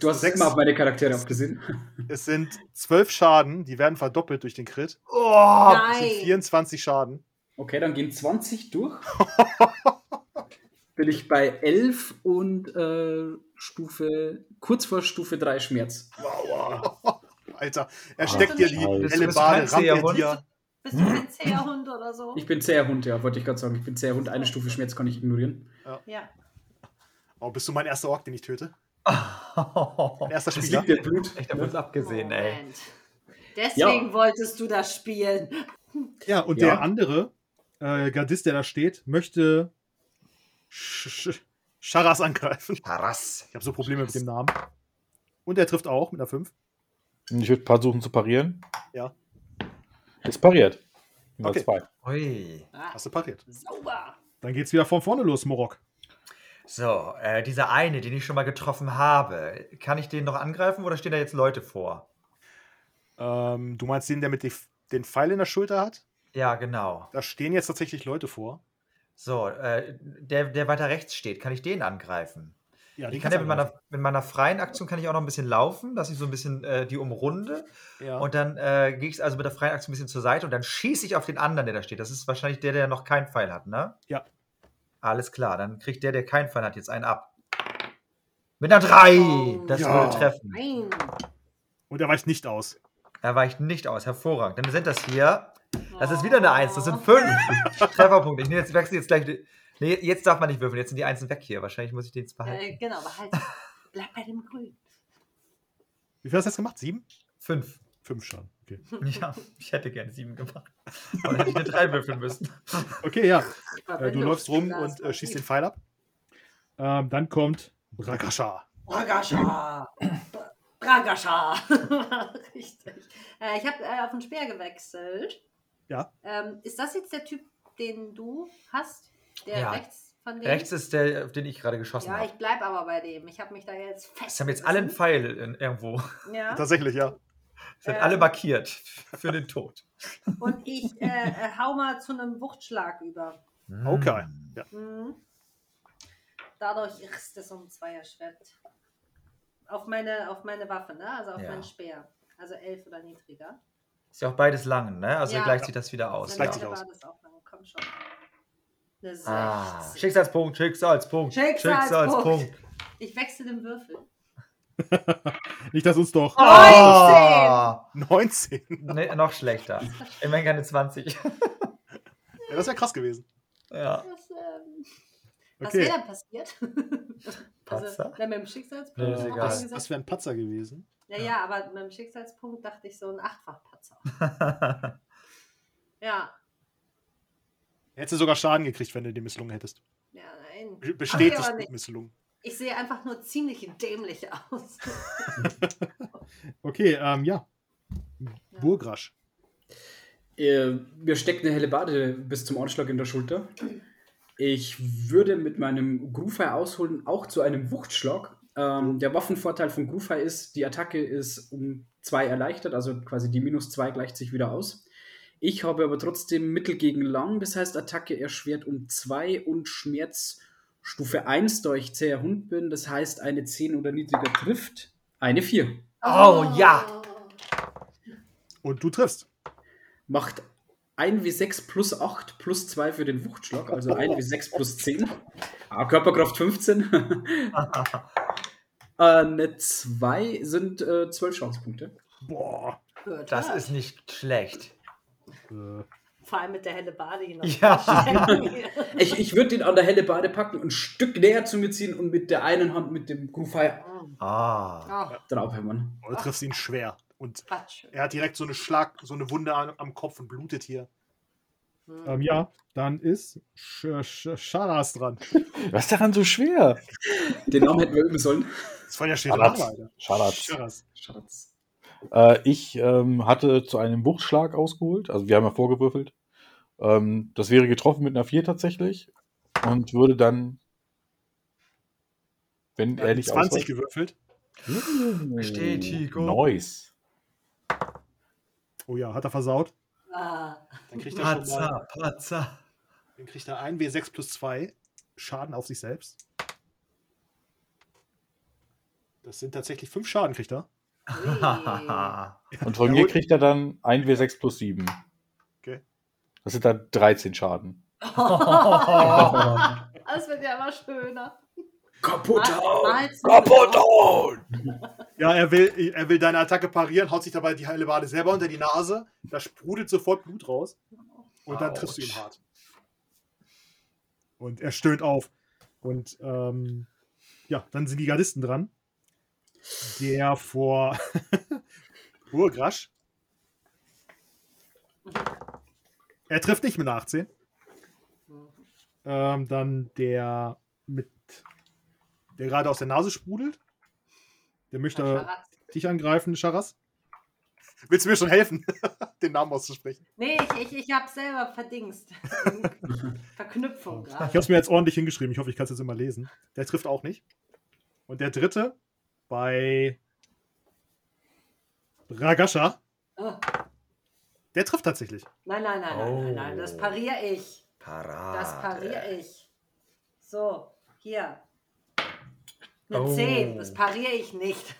du hast Sechs. sechsmal auf meine Charaktere abgesehen. es sind 12 Schaden, die werden verdoppelt durch den Crit. oh. Das sind Nein. 24 Schaden. Okay, dann gehen 20 durch. *laughs* Bin ich bei 11 und äh, Stufe, kurz vor Stufe 3 Schmerz. Alter, er Ah, steckt dir die Scheiße. Bist du- bist du Hellebarde, kein rammt Seher, er Hund? dir. Bist du ein zäher Hund oder so? Ich bin zäher Hund, ja, wollte ich gerade sagen. Ich bin zäher Hund, eine Stufe Schmerz kann ich ignorieren. Ja. Oh, bist du mein erster Ork, den ich töte? Mein erster Es Spieler? liegt dir Blut. Echt am Mund abgesehen, ey. Moment. Deswegen Ja. wolltest du das spielen. Ja, und Ja. der andere äh, Gardist, der da steht, möchte. Sch Sch Charas angreifen. Oh, Paras. Ich habe so Probleme mit dem Namen. Und er trifft auch mit einer 5. Und ich würde versuchen zu parieren. Ja. Ist pariert. Mal Okay. zwei. Ui. Ah, Hast du pariert. sauber. dann geht's wieder von vorne los, Morok. So, äh, dieser eine, den ich schon mal getroffen habe, kann ich den noch angreifen oder stehen da jetzt Leute vor? Ähm, du meinst den, der mit die, den Pfeil in der Schulter hat? Ja, genau. Da stehen jetzt tatsächlich Leute vor. So, äh, der, der weiter rechts steht, kann ich den angreifen? Ja, Ich den kann kannst ja du mit meiner, anlaufen. mit meiner freien Aktion kann ich auch noch ein bisschen laufen, dass ich so ein bisschen äh, die umrunde. Ja. Und dann äh, gehe ich also mit der freien Aktion ein bisschen zur Seite und dann schieße ich auf den anderen, der da steht. Das ist wahrscheinlich der, der noch keinen Pfeil hat, ne? Ja. Alles klar, dann kriegt der, der keinen Pfeil hat, jetzt einen ab. Mit einer 3! Oh, das ja. würde treffen. Nein. Und er weicht nicht aus. Er weicht nicht aus, hervorragend. Dann sind das hier. Das ist wieder eine 1, Oh. das sind 5 *laughs* Trefferpunkte. Ich nehme jetzt, wechsle jetzt gleich. die- Nee, jetzt darf man nicht würfeln, jetzt sind die Einsen weg hier. Wahrscheinlich muss ich den jetzt behalten. Äh, genau, behalten. Bleib bei dem Äh, Grün. Wie viel hast du jetzt gemacht? Sieben? *laughs* Fünf. Fünf schon. Okay, Ja, ich hätte gerne sieben gemacht. Aber hätte ich eine drei würfeln müssen. okay *laughs* ja. Äh, du Verbindung. läufst rum Klar, und ist äh, auch schießt gut. den Pfeil ab. Ähm, dann kommt Braga. Rakascha. Bragascha! Bragascha! *laughs* Richtig. Äh, ich habe äh, auf den Speer gewechselt. Ja. Ähm, ist das jetzt der Typ, den du hast? Der Ja. rechts von dem? Rechts ist der, auf den ich gerade geschossen Ja, habe. ich bleib aber bei dem. Ich habe mich da jetzt fest. Es haben jetzt alle einen Pfeil in, irgendwo. *laughs* Ja. Tatsächlich, ja. Es sind Ähm. alle markiert für den Tod. Und ich äh, äh, hau mal zu einem Wuchtschlag über. Okay. Ja. Mhm. Dadurch ist es um zwei erschwert. Auf meine, auf meine Waffe, ne? Also auf Ja. meinen Speer. Also elf oder niedriger. Ist ja auch beides lang, ne? Also Ja. gleich sieht das wieder aus. Gleicht Gleicht sich sich aus. Das auch lang. Komm schon. Eine 16. Ah, Schicksalspunkt, Schicksalspunkt, Schicksalspunkt. Schicksalspunkt. Ich wechsle den Würfel. Nicht, dass uns doch. Oh! 19. Nee, noch schlechter. Immerhin keine 20. Ja, das wäre krass gewesen. *laughs* Ja. Das, ähm, Was Okay. wäre dann passiert? *laughs* Patzer? na, mit dem Schicksalspunkt. Nee, ist hat man egal. Das, gesagt. das wäre ein Patzer gewesen. ja, ja, aber mit dem Schicksalspunkt dachte ich so ein Achtfachpatzer. Ja, Hättest du sogar Schaden gekriegt, wenn du den misslungen hättest. ja, Be- nein. Ach, ja, Bestätigt aber nicht. misslungen. Ich sehe einfach nur ziemlich dämlich aus. *laughs* Okay, ähm, ja. Ja. Burgrasch. Äh, mir steckt eine helle Bade bis zum Anschlag in der Schulter. Ich würde mit meinem Groovefire ausholen, auch zu einem Wuchtschlag. Ähm, der Waffenvorteil von Groovefire ist, die Attacke ist um zwei erleichtert, also quasi die minus zwei gleicht sich wieder aus. Ich habe aber trotzdem Mittel gegen Lang, das heißt Attacke erschwert um zwei und Schmerz Stufe 1, da ich zäher Hund bin, das heißt eine 10 oder niedriger trifft, eine 4. Oh, ja. Und du triffst. macht 1w6 plus 8 plus 2 für den Wuchtschlag, also 1w6 plus 10. Ah, Körperkraft 15. äh, eine 2 sind äh, 12 Schadenspunkte. Boah. Gut, Das ja. ist nicht schlecht. Äh, Vor allem mit der helle Bade hier noch. *laughs* Ja. *laughs* Ich, ich würde den an der helle Bade packen, ein Stück näher zu mir ziehen und mit der einen Hand mit dem Groovefire Ah. Oh, draufhämmern. Du triffst ihn schwer. Und Quatsch. er hat direkt so eine Schlag, so eine Wunde an, am Kopf und blutet hier. Hm. Um, ähm, ja, dann ist Sch Sch Scharas dran. Was ist daran so schwer? Den Namen hätten wir üben sollen. Das war ja steht Scharatz. Alter. Schadatz. Scharatz. Schatz. Äh, ich ähm, hatte zu einem Wuchtschlag ausgeholt, also wir haben ja vorgewürfelt. Ähm, das wäre getroffen mit einer 4 tatsächlich und würde dann, wenn Er hat ehrlich 20 gewürfelt. Bestätigung. Hm, Nice. Oh ja, hat er versaut. *laughs* Ah, Dann kriegt er schon mal, Patzer, Patzer. dann kriegt er ein W6 plus 2 Schaden auf sich selbst. Das sind tatsächlich 5 Schaden, kriegt er. *laughs* ui. Und von Ja, mir gut. kriegt er dann 1W6 plus 7. Okay. Das sind dann 13 Schaden. Das wird ja immer schöner. Kaputt hauen! Kaputt! Ja, er will, er will deine Attacke parieren, haut sich dabei die heile Wade selber unter die Nase. Da sprudelt sofort Blut raus. Und dann triffst du ihn Autsch. hart. Und er stöhnt auf. Und ähm, ja, dann sind die Gardisten dran. Der *laughs* vor Burgrasch. Er trifft nicht mit einer 18. ähm, dann der mit Der gerade aus der Nase sprudelt. der möchte dich angreifen, Scharas. Willst du mir schon helfen, *laughs* den Namen auszusprechen? Nee, ich, ich, ich habe selber *laughs* verdingst. Verknüpfung Ich gerade. habe es mir jetzt ordentlich hingeschrieben. Ich hoffe, ich kann es jetzt immer lesen. Der trifft auch nicht. Und der dritte bei Ragascha. Ah, Der trifft tatsächlich. *laughs* Nein, nein, nein, nein, nein, nein. Oh. Ah, Das pariere ich. Parade. Das pariere ich. So, hier. Eine oh. 10, das pariere ich nicht.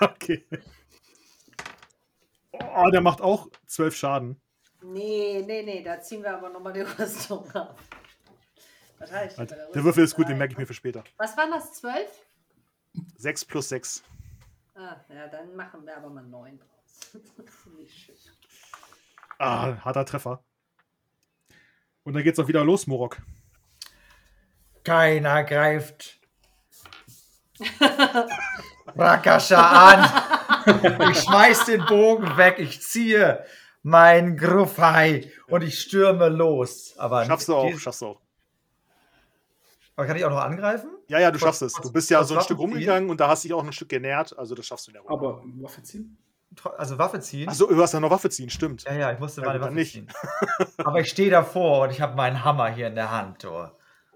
okay. Oh, der macht auch 12 Schaden. Nee, nee, nee, da ziehen wir aber nochmal die *laughs* Rüstung ab. Was heißt Also, der Würfel ist gut, den merke ich mir für später. Was waren das? 12? 6 plus 6. Ah, ja, dann machen wir aber mal 9 draus. *laughs* Nicht schön. Ah, harter Treffer. Und dann geht's auch wieder los, Morok. Keiner greift Rakascha an. Ich schmeiß den Bogen weg. Ich ziehe mein Gruffei und ich stürme los. Aber Schaffst du auch, die- schaffst du auch. Aber kann ich auch noch angreifen? Ja, ja, du schaffst es. Du bist ja was so ein Stück machen Sie? rumgegangen und da hast dich auch noch ein Stück genährt, also das schaffst du in der Runde. Aber Waffe ziehen? Tro- Also Waffe ziehen? Achso, du hast ja noch Waffe ziehen, stimmt. Ja, ja, ich musste Ja, meine gut, Waffe dann nicht. ziehen. Aber ich stehe davor und ich habe meinen Hammer hier in der Hand. Oh.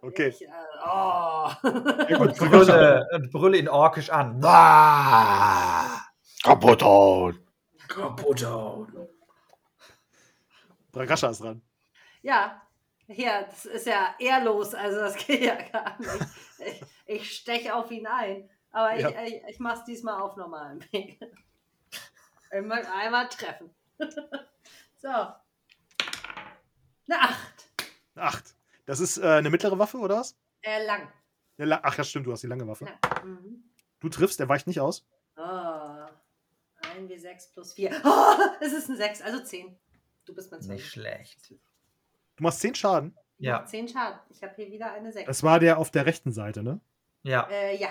Okay. Ich, äh, oh. *laughs* Ja, gut, Brülle, und brülle ihn orkisch an. Ah! Kaputt hauen. Kaputt hauen. Bragascha ist dran. Ja, hier, das ist ja ehrlos, also das *laughs* geht ja gar nicht. Ich, ich steche auf ihn ein, aber ich, Ja. ich, ich mache es diesmal auf normalen Weg. *laughs* Ich mag einmal treffen. *laughs* So. Eine Acht. Acht. Das ist äh, eine mittlere Waffe, oder was? Äh, lang. Eine la- Ach ja, stimmt, du hast die lange Waffe. lang. Mhm. Du triffst, der weicht nicht aus. Oh. Ein wie sechs plus vier. *laughs* Oh, es ist ein sechs, also zehn. Du bist mein Nicht Zweiter. schlecht. Du machst 10 Schaden. Ja, Zehn Schaden. Ich habe hier wieder eine sechs. Das war der auf der rechten Seite, ne? ja. Äh, ja.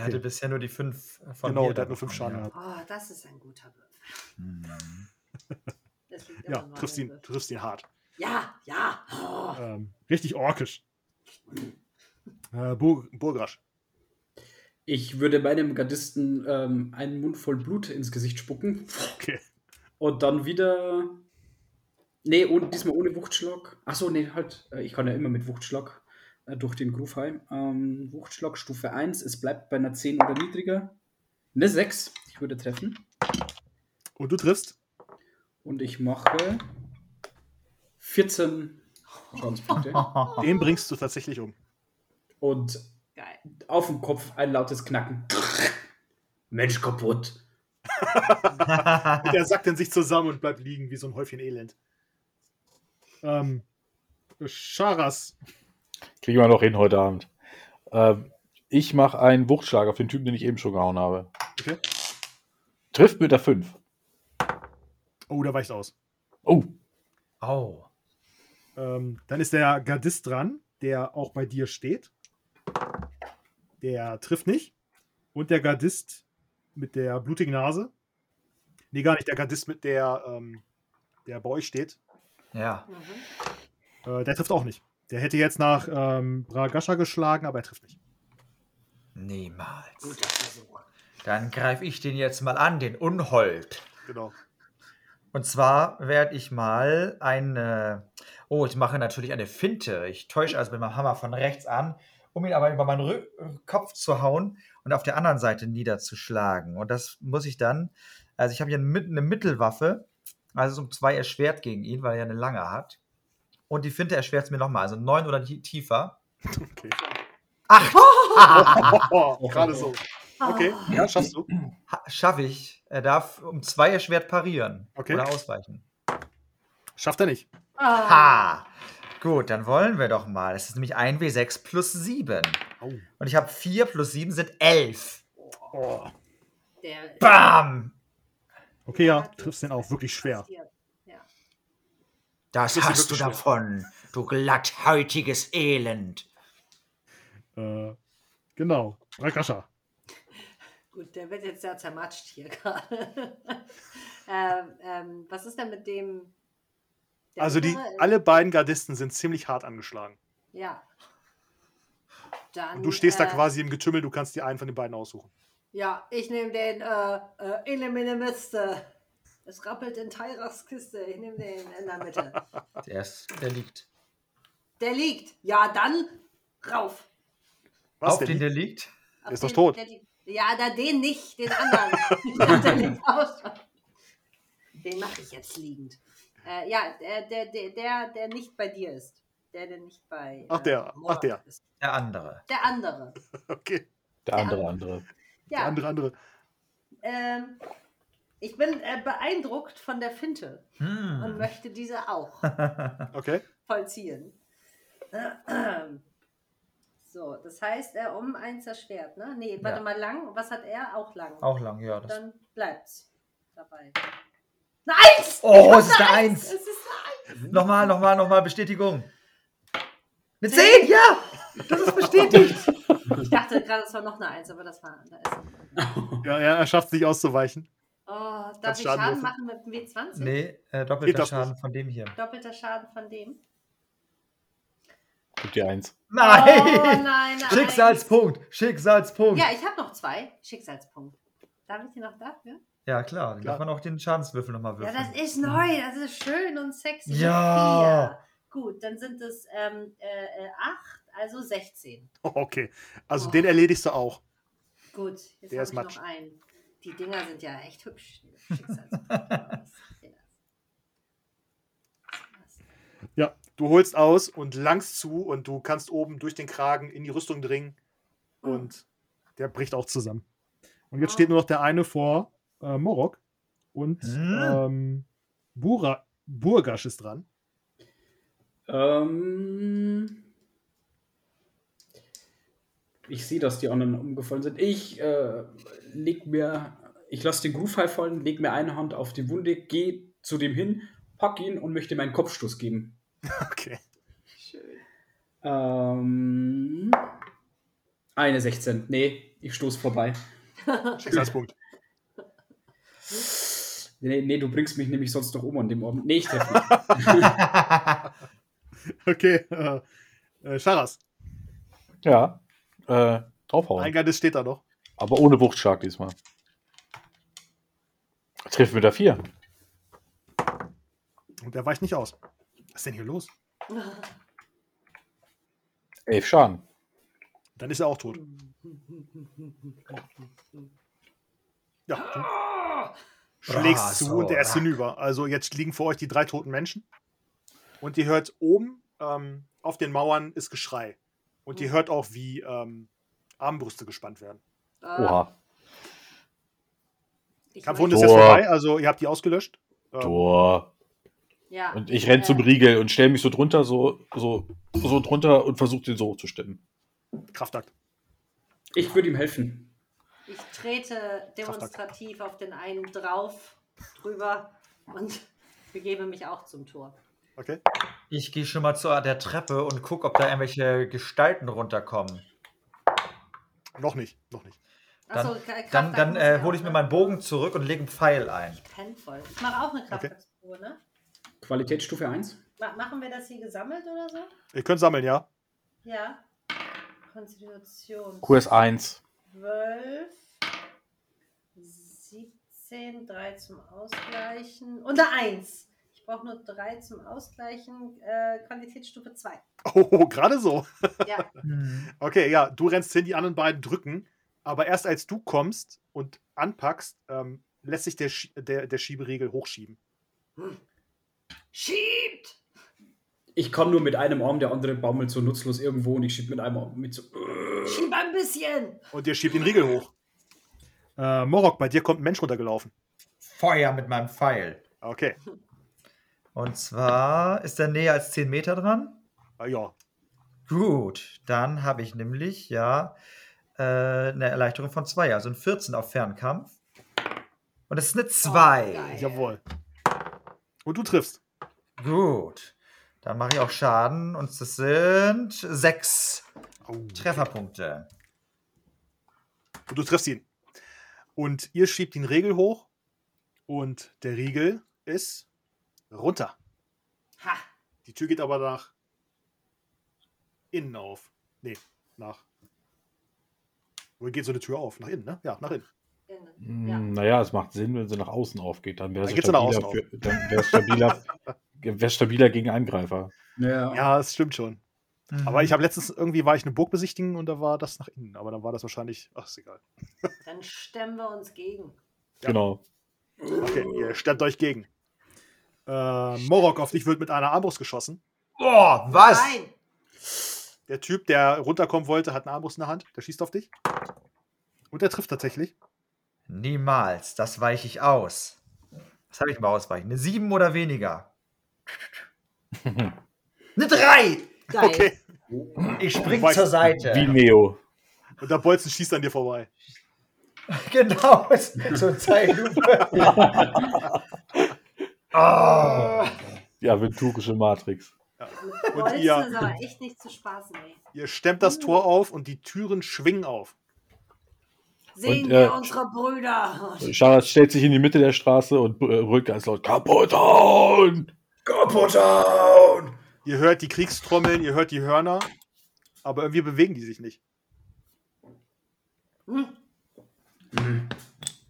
okay. hatte bisher nur die fünf von genau, mir der da hat nur 5 bekommen, Schaden gehabt. Oh, das ist ein guter Würfel. Mhm. Das liegt Ja, immer nur triffst an dem ihn, Würfel. triffst ihn hart. Ja, ja. Oh. Ähm, richtig orkisch. Äh, Bur Burgrasch. Ich würde meinem Gardisten ähm, einen Mund voll Blut ins Gesicht spucken. Okay. Und dann wieder. Nee, und diesmal ohne Wuchtschlag. Achso, nee, halt. Äh, Ich kann ja immer mit Wuchtschlag äh, durch den Groove heim. Ähm, Wuchtschlag Stufe 1. Es bleibt bei einer 10 oder niedriger. Eine 6. Ich würde treffen. Und du triffst? Und ich mache 14 *laughs* Schadenspunkte. ja. Den bringst du tatsächlich um. Und Geil. auf dem Kopf ein lautes Knacken. Mensch, kaputt. Und er sackt in sich zusammen und bleibt liegen wie so ein Häufchen Elend. Ähm, Charas. Kriegen wir noch hin heute Abend. Ähm, ich mache einen Wuchtschlag auf den Typen, den ich eben schon gehauen habe. Okay. Trifft mit der 5. Oh, der weicht aus. Oh, *laughs* Au. Ähm, dann ist der Gardist dran, der auch bei dir steht. Der trifft nicht. Und der Gardist mit der blutigen Nase. Nee, gar nicht. Der Gardist, mit der, ähm, der bei euch steht, Ja. Mhm. Äh, der trifft auch nicht. Der hätte jetzt nach ähm, Bragascha geschlagen, aber er trifft nicht. Niemals. Guter Versuch. Dann greife ich den jetzt mal an, den Unhold. genau. Und zwar werde ich mal eine. Oh, ich mache natürlich eine Finte. Ich täusche also mit meinem Hammer von rechts an, um ihn aber über meinen Rü Kopf zu hauen und auf der anderen Seite niederzuschlagen. Und das muss ich dann. Also, ich habe hier mit- eine Mittelwaffe. Also, es ist um zwei erschwert gegen ihn, weil er eine lange hat. Und die Finte erschwert es mir nochmal. Also, neun oder tie- tiefer. Okay. Acht! *laughs* Oh, *laughs* gerade so. Okay, Oh. Ah. ja, schaffst du. Ha- Schaffe ich. Er darf um zwei erschwert parieren. Okay. Oder ausweichen. Schafft er nicht. Ah. Ha! Gut, dann wollen wir doch mal. Es ist nämlich 1W6 plus 7. Oh. Und ich habe 4 plus 7 sind 11. Oh. Der Bam! Okay, ja, triffst den auch wirklich schwer. passiert. Ja. Das Das ist hast wirklich du schwer. davon, du glatthäutiges Elend. Äh, genau, Bragascha. Gut, der wird jetzt sehr zermatscht hier *laughs* gerade. ähm, ähm, was ist denn mit dem. der Also die, andere? alle beiden Gardisten sind ziemlich hart angeschlagen. Ja. Dann, Und du stehst da äh, quasi im Getümmel, du kannst dir einen von den beiden aussuchen. Ja, ich nehme den äh, äh, Eliminimiste. Es rappelt in Tyras Kiste. Ich nehme den in der Mitte. *laughs* Der, ist, der liegt. Der liegt. Ja, dann rauf. Auf denn? den, der liegt? Auf ist doch den- tot. Der liegt. Ja, da den nicht, den *laughs* anderen. *laughs* der liegt auch schon. Den mache ich jetzt liegend. Äh, ja, der, der, der, der, der nicht bei dir ist. Der, der nicht bei. Ach, der. Ach, Morak der. Ist. Der andere. Der andere. *laughs* Okay. Der andere, andere. Der Ja, andere, andere. ähm, ich bin äh, beeindruckt von der Finte und Hm. möchte diese auch Okay. vollziehen. *clears throat* So, das heißt, äh, um eins das Schwert, ne? Nee, warte Ja. mal, lang. Was hat er? Auch *laughs* lang. Auch lang, ja. Das Dann bleibt's dabei. Eine Eins! Oh, Ich hab es ist eine Eins. Es ist eine Eins! Nochmal, nochmal, nochmal Bestätigung. Eine 10, ja! Das ist bestätigt. Ich dachte gerade, es war noch eine Eins, aber das war. Da ist Ja, ja, er schafft es nicht auszuweichen. *laughs* oh, darf Kannst ich Schaden Schaden würfeln? machen mit dem W20? nee, äh, Geht doppelter das Schaden von dem hier. Doppelter Schaden von dem. Gib dir Oh, eins. Nein! nein, eine Schicksalspunkt! Schicksalspunkt! Eins. Ja, Ja, ich habe noch zwei. Schicksalspunkt. Darf ich die noch dafür? klar, Klar. dann darf man auch den Schadenswürfel nochmal Ja, würfeln. das ist neu. Das ist schön und sexy. Ja. Vier. Gut, dann sind es ähm, äh, äh, acht, also 16. Oh, okay. Also Oh. den erledigst du auch. Gut, jetzt Der habe ist ich Matsch. noch einen. Die Dinger sind ja echt hübsch. die Schicksalspunkte. Ja. Du holst aus und langst zu und du kannst oben durch den Kragen in die Rüstung dringen und der bricht auch zusammen. Und jetzt steht nur noch der eine vor äh, Morok. Und Hm. ähm, Bura, Burgasch ist dran. Ähm, ich sehe, dass die anderen umgefallen sind. Ich äh, leg mir, ich lasse den Groove High fallen, leg mir eine Hand auf die Wunde, gehe zu dem hin, pack ihn und möchte ihm einen Kopfstoß geben. Okay. Schön. Ähm, eine 16. Nee, ich stoß vorbei. *laughs* Schicksalspunkt. Nee, nee, du bringst mich nämlich sonst noch um an dem Abend. Nee, ich treff nicht. Okay. Äh, äh, Charas, Ja. Äh, draufhauen. Eingeist steht da noch. Aber ohne Wuchtschlag diesmal. Trifft mit der 4. Und der weicht nicht aus. Was ist denn hier los? Elf Schaden. Dann ist er auch tot. Ja, du schlägst Brav, zu so, und er ist ja. hinüber. Also jetzt liegen vor euch die drei toten Menschen. Und ihr hört oben ähm, auf den Mauern ist Geschrei. Und ihr hört auch, wie ähm, Armbrüste gespannt werden. Ah, Oha. ich Kampfrunde möchte- ist jetzt Boah. vorbei, also ihr habt die ausgelöscht. Ähm, Tor. Ja. Und ich renn zum Riegel und stelle mich so drunter, so, so, so drunter und versuche den so hochzustemmen. Kraftakt. Ich würde ihm helfen. Äh, Ich trete demonstrativ auf den einen drauf, drüber und *laughs* begebe mich auch zum Tor. Okay. Ich gehe schon mal zu der Treppe und gucke, ob da irgendwelche Gestalten runterkommen. Noch nicht, noch nicht. Achso, Dann- Kraft- Dann, dann muss äh, ja hole auch, ich mir ne? meinen Bogen zurück und lege einen Pfeil ein. Ich penne voll. Ich mache auch eine Kraftprobe, ne? Qualitätsstufe 1. Ma- Machen wir das hier gesammelt oder so? Ihr könnt sammeln, ja? *laughs* Ja. Konstitution. QS1. 12, 17, 3 zum Ausgleichen. Und eine 1. Ich brauche nur 3 zum Ausgleichen. Äh, Qualitätsstufe 2. Oh, gerade so. Ja, Mhm. Okay, ja, du rennst hin, die anderen beiden drücken, aber erst als du kommst und anpackst, ähm, lässt sich der, Schie- der, der Schieberiegel hochschieben. schiebt! Ich kann nur mit einem Arm, der andere baumelt so nutzlos irgendwo und ich schieb mit einem Arm mit so. Schieb ein bisschen! Und ihr schiebt den Riegel hoch. Äh, Morok, bei dir kommt ein Mensch runtergelaufen. Feuer mit meinem Pfeil. Okay, Und zwar ist er näher als 10 Meter dran. äh, ja, Gut, dann habe ich nämlich ja äh, eine Erleichterung von 2, also ein 14 auf Fernkampf. Und das ist eine 2. Oh, geil. jawohl. Und du triffst. Gut. Dann mache ich auch Schaden und das sind 6 Au. Trefferpunkte. Und du triffst ihn. Und ihr schiebt den Riegel hoch und der Riegel ist runter. Ha! Die Tür geht aber nach innen auf. Nee, nach. Wo geht so eine Tür auf? Nach innen, ne? Ja, nach innen. Hm, Ja. Naja, es macht Sinn, wenn sie nach außen aufgeht. Dann wäre Dann es geht's nach stabiler, außen für, dann wär's *laughs* stabiler, wär's stabiler gegen Angreifer. Ja. Ja, das stimmt schon. Mhm. Aber ich habe letztens irgendwie war ich eine Burg besichtigen und da war das nach innen. Aber dann war das wahrscheinlich. Ach, ist egal. Dann stemmen wir uns gegen. Ja. Genau. Okay, ihr stemmt euch gegen. Äh, Morok auf dich wird mit einer Armbrust geschossen. Boah, was? Nein! Der Typ, der runterkommen wollte, hat eine Armbrust in der Hand. Der schießt auf dich. Und er trifft tatsächlich. Niemals. Das weiche ich aus. Was habe ich denn bei Ausweichen? Eine 7 oder weniger? *laughs* Eine 3! Geil. Okay. Ich spring Wobei- zur Seite. Wie Neo. Und der Bolzen schießt an dir vorbei. *laughs* Genau, *laughs* so *laughs* Zeitlupe. oh, Die aventurische Matrix. Mit Und Bolzen ihr- ist aber echt nicht zu spaßen, ey. Ihr stemmt das Tor auf und die Türen schwingen auf. Sehen Und, wir äh, unsere Brüder. Oh, Charat stellt sich in die Mitte der Straße und äh, brüllt ganz laut: Kaputown! Kaputown! Ihr hört die Kriegstrommeln, ihr hört die Hörner, aber irgendwie bewegen die sich nicht. Hm.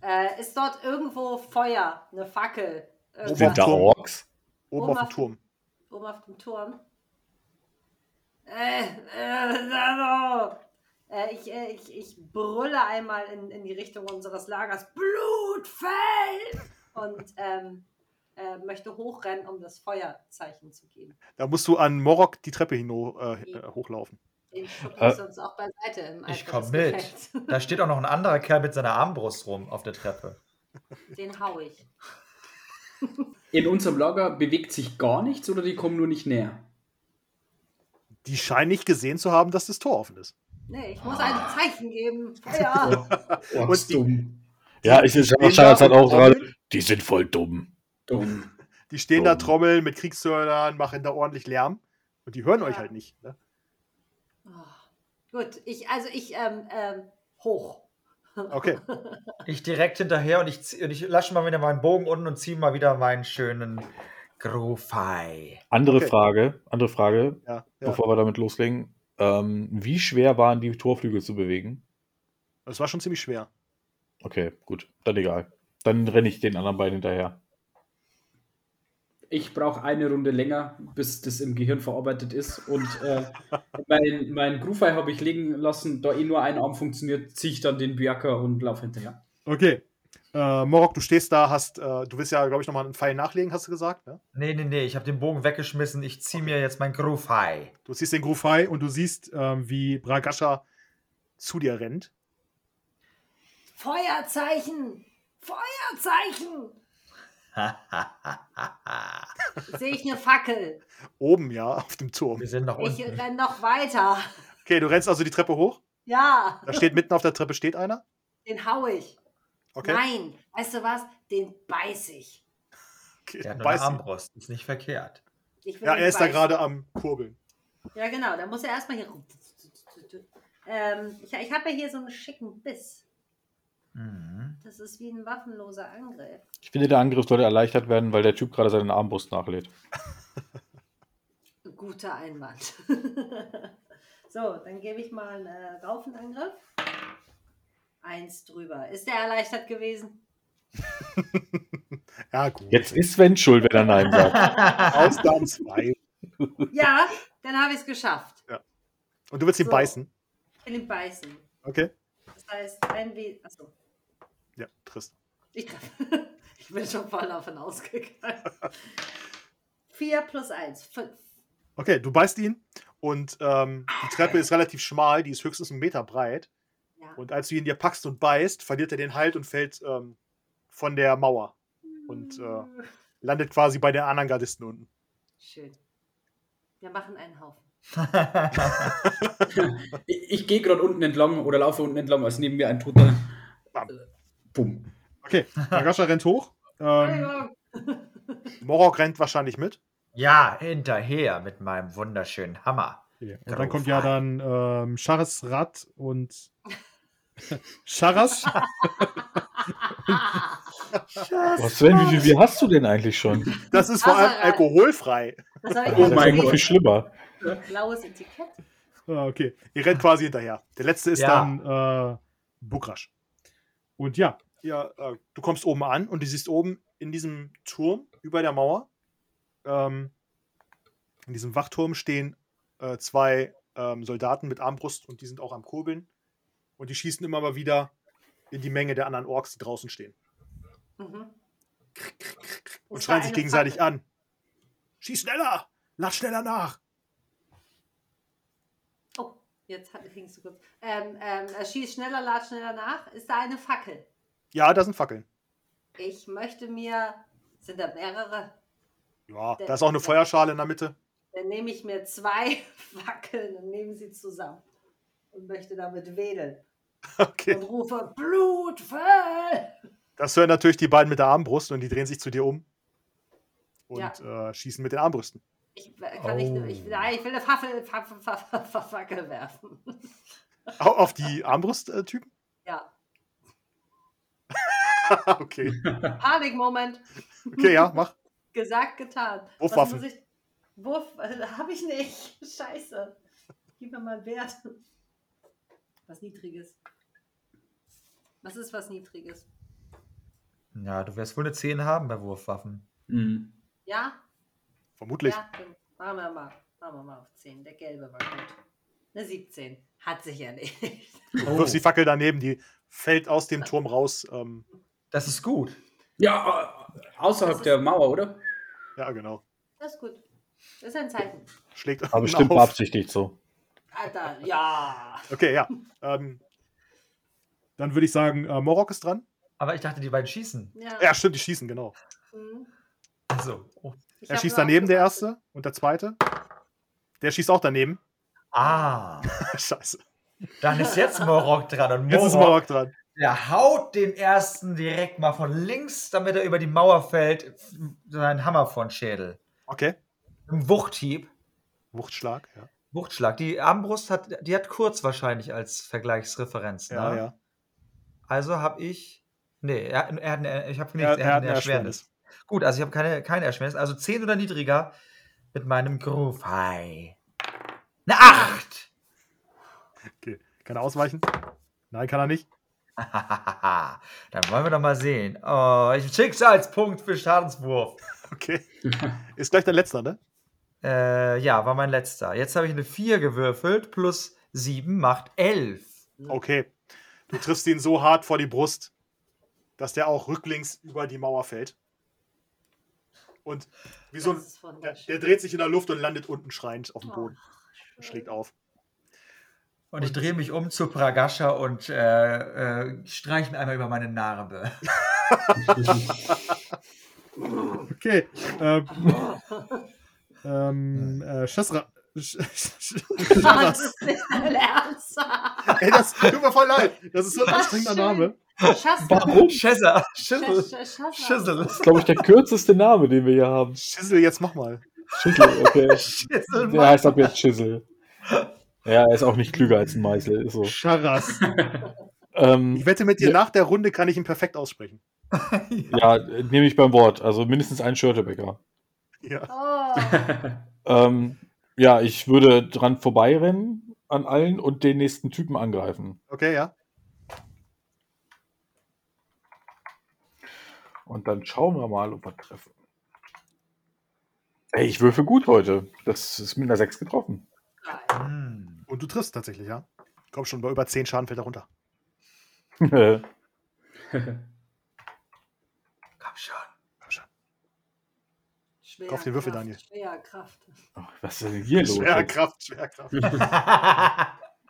Äh, ist dort irgendwo Feuer, eine Fackel? Sind da Turm. Orks? Oben Oma- auf dem Turm. Oben auf dem Turm. Äh, äh, *laughs* da so. Äh, ich, äh, ich, ich brülle einmal in, in die Richtung unseres Lagers. Blutfell! Und ähm, äh, möchte hochrennen, um das Feuerzeichen zu geben. Da musst du an Morok die Treppe hino, äh, äh, hochlaufen. Den schuppen Äh, wir uns auch beiseite. Im ich Alter, komm das mit. gefällt. da steht auch noch ein anderer Kerl mit seiner Armbrust rum auf der Treppe. Den hau ich. In unserem Lager bewegt sich gar nichts oder die kommen nur nicht näher? Die scheinen nicht gesehen zu haben, dass das Tor offen ist. Nee, ich muss ein *laughs* Zeichen geben. Feuer! Und die- dumm. Ja, ich stehen Charat da hat und auch trommeln. gerade. Die sind voll dumm. Dumm. Die stehen da Dumm. Trommeln mit Kriegshörnern, machen da ordentlich Lärm. Und die hören Ja. euch halt nicht. Ne? Oh. Gut, ich, also ich, ähm, ähm, hoch. *laughs* Okay. Ich direkt hinterher und ich, zieh- und ich lasche mal wieder meinen Bogen unten und ziehe mal wieder meinen schönen Grufei. Andere Okay. Frage, andere Frage, Ja, ja. bevor wir damit loslegen. Ähm, wie schwer waren die Torflügel zu bewegen? Das war schon ziemlich schwer. Okay, gut, dann egal. Dann renne ich den anderen beiden hinterher. Ich brauche eine Runde länger, bis das im Gehirn verarbeitet ist. Und äh, mein, mein Groove-Ei habe ich liegen lassen. Da eh nur ein Arm funktioniert, ziehe ich dann den Biaka und laufe hinterher. Okay. Äh, Morok, du stehst da, hast, äh, du willst ja, glaube ich, nochmal einen Pfeil nachlegen, hast du gesagt. Ne? Nee, nee, nee, ich habe den Bogen weggeschmissen. Ich ziehe mir jetzt *laughs* mein Grufei. Du ziehst den Groove High und du siehst, ähm, wie Bragascha zu dir rennt. Feuerzeichen! Feuerzeichen! Sehe ich *laughs* eine Fackel. Oben, ja, auf dem Turm. Wir sind noch Ich unten. renn noch weiter. Okay, du rennst also die Treppe hoch. Ja, Da steht mitten auf der Treppe steht einer. den hau ich. Okay. Nein, weißt du was? Den beiß ich. okay. Der hat nur eine Beiß ihn. Armbrust. Ist nicht verkehrt. ich will Ja, den er ist da beißen. gerade am Kurbeln. Ja, genau, da muss er erstmal hier. Ähm, ich ich habe ja hier so einen schicken Biss. Mhm. *laughs* Das ist wie ein waffenloser Angriff. Ich finde, der Angriff sollte erleichtert werden, weil der Typ gerade seine Armbrust nachlädt. Guter Einwand. *laughs* so, dann gebe ich mal einen äh, Raufenangriff. Eins drüber. Ist der *laughs* erleichtert gewesen? Ja, gut. Jetzt ist Sven schuld, wenn er Nein *laughs* sagt. Ausnahmsweise. Ja, dann habe ich es geschafft. Und du willst ihn So. beißen. Ich will ihn beißen. Okay. Das heißt, wenn wir. Achso, Ja, trist. ich treffe. *laughs* ich bin schon voll davon ausgegangen. Vier plus eins, fünf. Okay, du beißt ihn und ähm, die Treppe ist relativ schmal, die ist höchstens einen Meter breit. Ja. Und als du ihn dir packst und beißt, verliert er den Halt und fällt ähm, von der Mauer. Und äh, landet quasi bei den anderen Gardisten unten. Schön. Wir machen einen Haufen. Ich, ich gehe gerade unten entlang oder laufe unten entlang, als neben mir ein toter. Bam. Bumm. Okay, Nagascha rennt hoch. Ähm, *laughs* Morok rennt wahrscheinlich mit. ja, hinterher mit meinem wunderschönen Hammer. Und dann kommt ja dann ähm, Charas Rad und Charas. Ah. Boah, Sven, wie viel Bier hast du denn eigentlich schon? Das ist vor allem Wasserrad. alkoholfrei. Was soll ich Oh Das denn mein ist noch Gott. viel schlimmer. sagen? Blaues Etikett. Ah, okay. Ihr rennt quasi hinterher. Der letzte ist Ja. dann äh, Bukrasch. Und ja, Ja, äh, du kommst oben an und du siehst oben in diesem Turm über der Mauer, ähm, in diesem Wachturm stehen äh, zwei ähm, Soldaten mit Armbrust und die sind auch am Kurbeln. Und die schießen immer mal wieder in die Menge der anderen Orks, die draußen stehen. Mhm. Und Das schreien war sich eine gegenseitig Fackel. an. Schieß schneller! Lad schneller nach! Oh, Jetzt hat- hingst du kurz. Ähm, ähm, äh, schieß schneller, lad schneller nach. Ist da eine Fackel? Ja, da sind Fackeln. Ich möchte mir. Sind da mehrere? Ja, da ist auch eine Feuerschale in der Mitte. *laughs* Dann nehme ich mir zwei *laughs* Fackeln und nehme sie zusammen. Und möchte damit wedeln. Okay. *laughs* Und rufe Blutfell! Das hören natürlich die beiden mit der Armbrust und die drehen sich zu dir um und äh, schießen mit den Armbrüsten. Ich, äh, kann nicht, Oh. ich, nein, ich will eine Fackel, Fackel, Fackel, Fackel werfen. *laughs* Au- Auf die *laughs* Armbrust-Typen? Ja. Ah, okay. Panikmoment. Okay, ja, mach. Gesagt, getan. Wurfwaffe. Was muss ich- Wurf, *laughs* habe ich nicht. *laughs* Scheiße. Gib mir mal einen Wert. Was Niedriges. Was ist was Niedriges? Ja, du wirst wohl eine 10 haben bei Wurfwaffen. Mhm. Ja? Vermutlich. Ja, dann machen wir mal. Machen wir mal auf 10. Der gelbe war gut. Eine 17. Hat sich erledigt. Du wirfst die Fackel daneben, die fällt aus dem Turm raus. Ähm, Das ist gut. Ja, äh, außerhalb der Mauer, oder? ja, genau. *laughs* Das ist gut. Das ist ein Zeichen. Schlägt *laughs* Aber bestimmt auf. beabsichtigt so. Alter, ja. Okay, ja. Ähm, dann würde ich sagen, äh, Morok ist dran. Aber ich dachte, die beiden schießen. Ja. Ja, stimmt, die schießen, genau. Mhm. Also. Oh. Ich Er hab schießt nur daneben, der aufgepasst. erste und der zweite. Der schießt auch daneben. *laughs* Ah, Scheiße. dann ist jetzt Morok dran. Und Jetzt ist Morok Morok dran. Der haut den ersten direkt mal von links, damit er über die Mauer fällt, seinen Hammer von Schädel. Okay. Ein Wuchthieb. Wuchtschlag, ja. Wuchtschlag. Die Armbrust hat, die hat kurz wahrscheinlich als Vergleichsreferenz. Ja, ne? ja. Also habe ich. Nee, er, er hat eine, ich habe nichts. Er, er hat eine Erschwernis. Gut, also ich habe keine, keine Erschwernis. Also 10 oder niedriger mit meinem Groove High. Eine 8! Kann er ausweichen? Nein, kann er nicht. *laughs* Dann wollen wir doch mal sehen. Oh, ich Schicksalspunkt für Schadenswurf. *laughs* Okay. Ist gleich der letzte, ne? Äh, ja, war mein letzter. Jetzt habe ich eine 4 gewürfelt, plus 7 macht 11. Okay. Du triffst ihn so hart vor die Brust, dass der auch rücklings über die Mauer fällt. Und wie so ein, Das ist der, wunderschön. der dreht sich in der Luft und landet unten schreiend auf dem Boden und schlägt auf. Und ich drehe mich um zu Pragascha und äh, äh, streiche mir einmal über meine Narbe. Okay. Ähm, ähm, äh, Schasra. Sch- Sch- Sch- Oh, *laughs* das ist nicht dein Ernst. Ey, das tut mir voll leid. Das ist so ein Was anstrengender schön. Name. *laughs* Schassel. Schesser. Schissel. Schassel. Schissel. Das ist, glaube ich, der kürzeste Name, den wir hier haben. Schissel, jetzt mach mal. Schissel, okay. Schissel. Der heißt ab jetzt Schissel. Ja, er ist auch nicht klüger als ein Meißel. Ist so. Scharas. Ähm, Ich wette mit dir, Ja. nach der Runde kann ich ihn perfekt aussprechen. ja, äh, nehme ich beim Wort. Also mindestens ein Schörtebäcker. Ja. Oh, *laughs* Ähm, ja, ich würde dran vorbeirennen an allen und den nächsten Typen angreifen. Okay, ja. Und dann schauen wir mal, ob wir treffen. Ey, ich würfe gut heute. Das ist mit einer 6 getroffen. *laughs* geil. Hm. Und du triffst tatsächlich, ja. Komm schon, bei über 10 Schaden fällt er runter. Äh, Komm schon. *laughs* Schwer Kauf den Würfel, Kraft, Daniel. Schwer Kraft. Oh. Was ist denn hier los? Schwerkraft, Schwerkraft.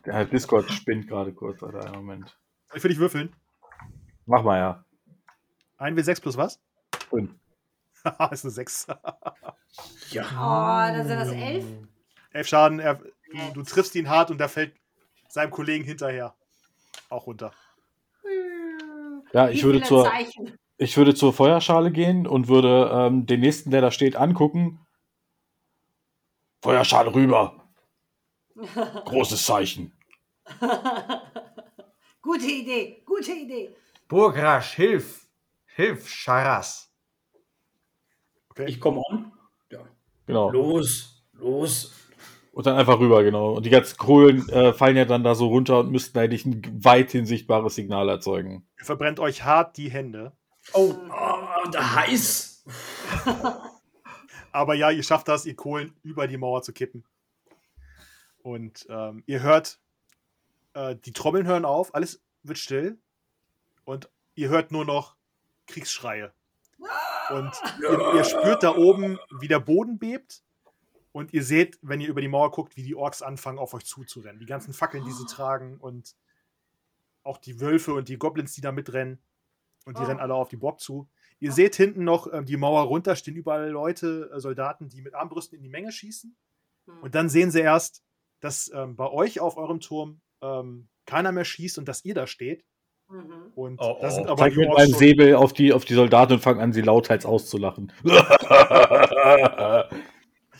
Der Discord spinnt gerade kurz, Alter. Einen Moment. Soll ich für dich würfeln? Mach mal ja. 1W6 plus was? Fünf. Haha, *laughs* ist eine 6. ja. Oh, dann sind das elf. 11 Schaden, er, du, du triffst ihn hart und er fällt seinem Kollegen hinterher. Auch runter. Ja, ich Hm. Wie würde, viele zur, Zeichen? ich würde zur Feuerschale gehen und würde ähm, den nächsten, der da steht, angucken. Feuerschale *laughs* rüber. Großes Zeichen. gute Idee, gute Idee. Burgrasch, hilf. Hilf, Scharas. Ich komme an. Ja. Genau. Los, los. Und dann einfach rüber, genau. Und die ganzen Kohlen äh, fallen ja dann da so runter und müssten eigentlich ein weithin sichtbares Signal erzeugen. Ihr verbrennt euch hart die Hände. Oh, oh da heiß. Aber ja, ihr schafft das, ihr Kohlen über die Mauer zu kippen. Und ähm, ihr hört, äh, die Trommeln hören auf, alles wird still. Und ihr hört nur noch Kriegsschreie. Und ihr, ihr spürt da oben, wie der Boden bebt. Und ihr seht, wenn ihr über die Mauer guckt, wie die Orks anfangen, auf euch zuzurennen. Die ganzen Fackeln, die sie tragen und auch die Wölfe und die Goblins, die da mitrennen. Und die Oh. rennen alle auf die Burg zu. Ihr seht hinten noch ähm, die Mauer runter, stehen überall Leute, äh, Soldaten, die mit Armbrüsten in die Menge schießen. Hm. Und dann sehen sie erst, dass ähm, bei euch auf eurem Turm ähm, keiner mehr schießt und dass ihr da steht. Mhm. Und Oh, da sind oh. aber zeig die mit Orks meinem schon, Säbel auf die, auf die Soldaten und fang an, sie lauthals auszulachen.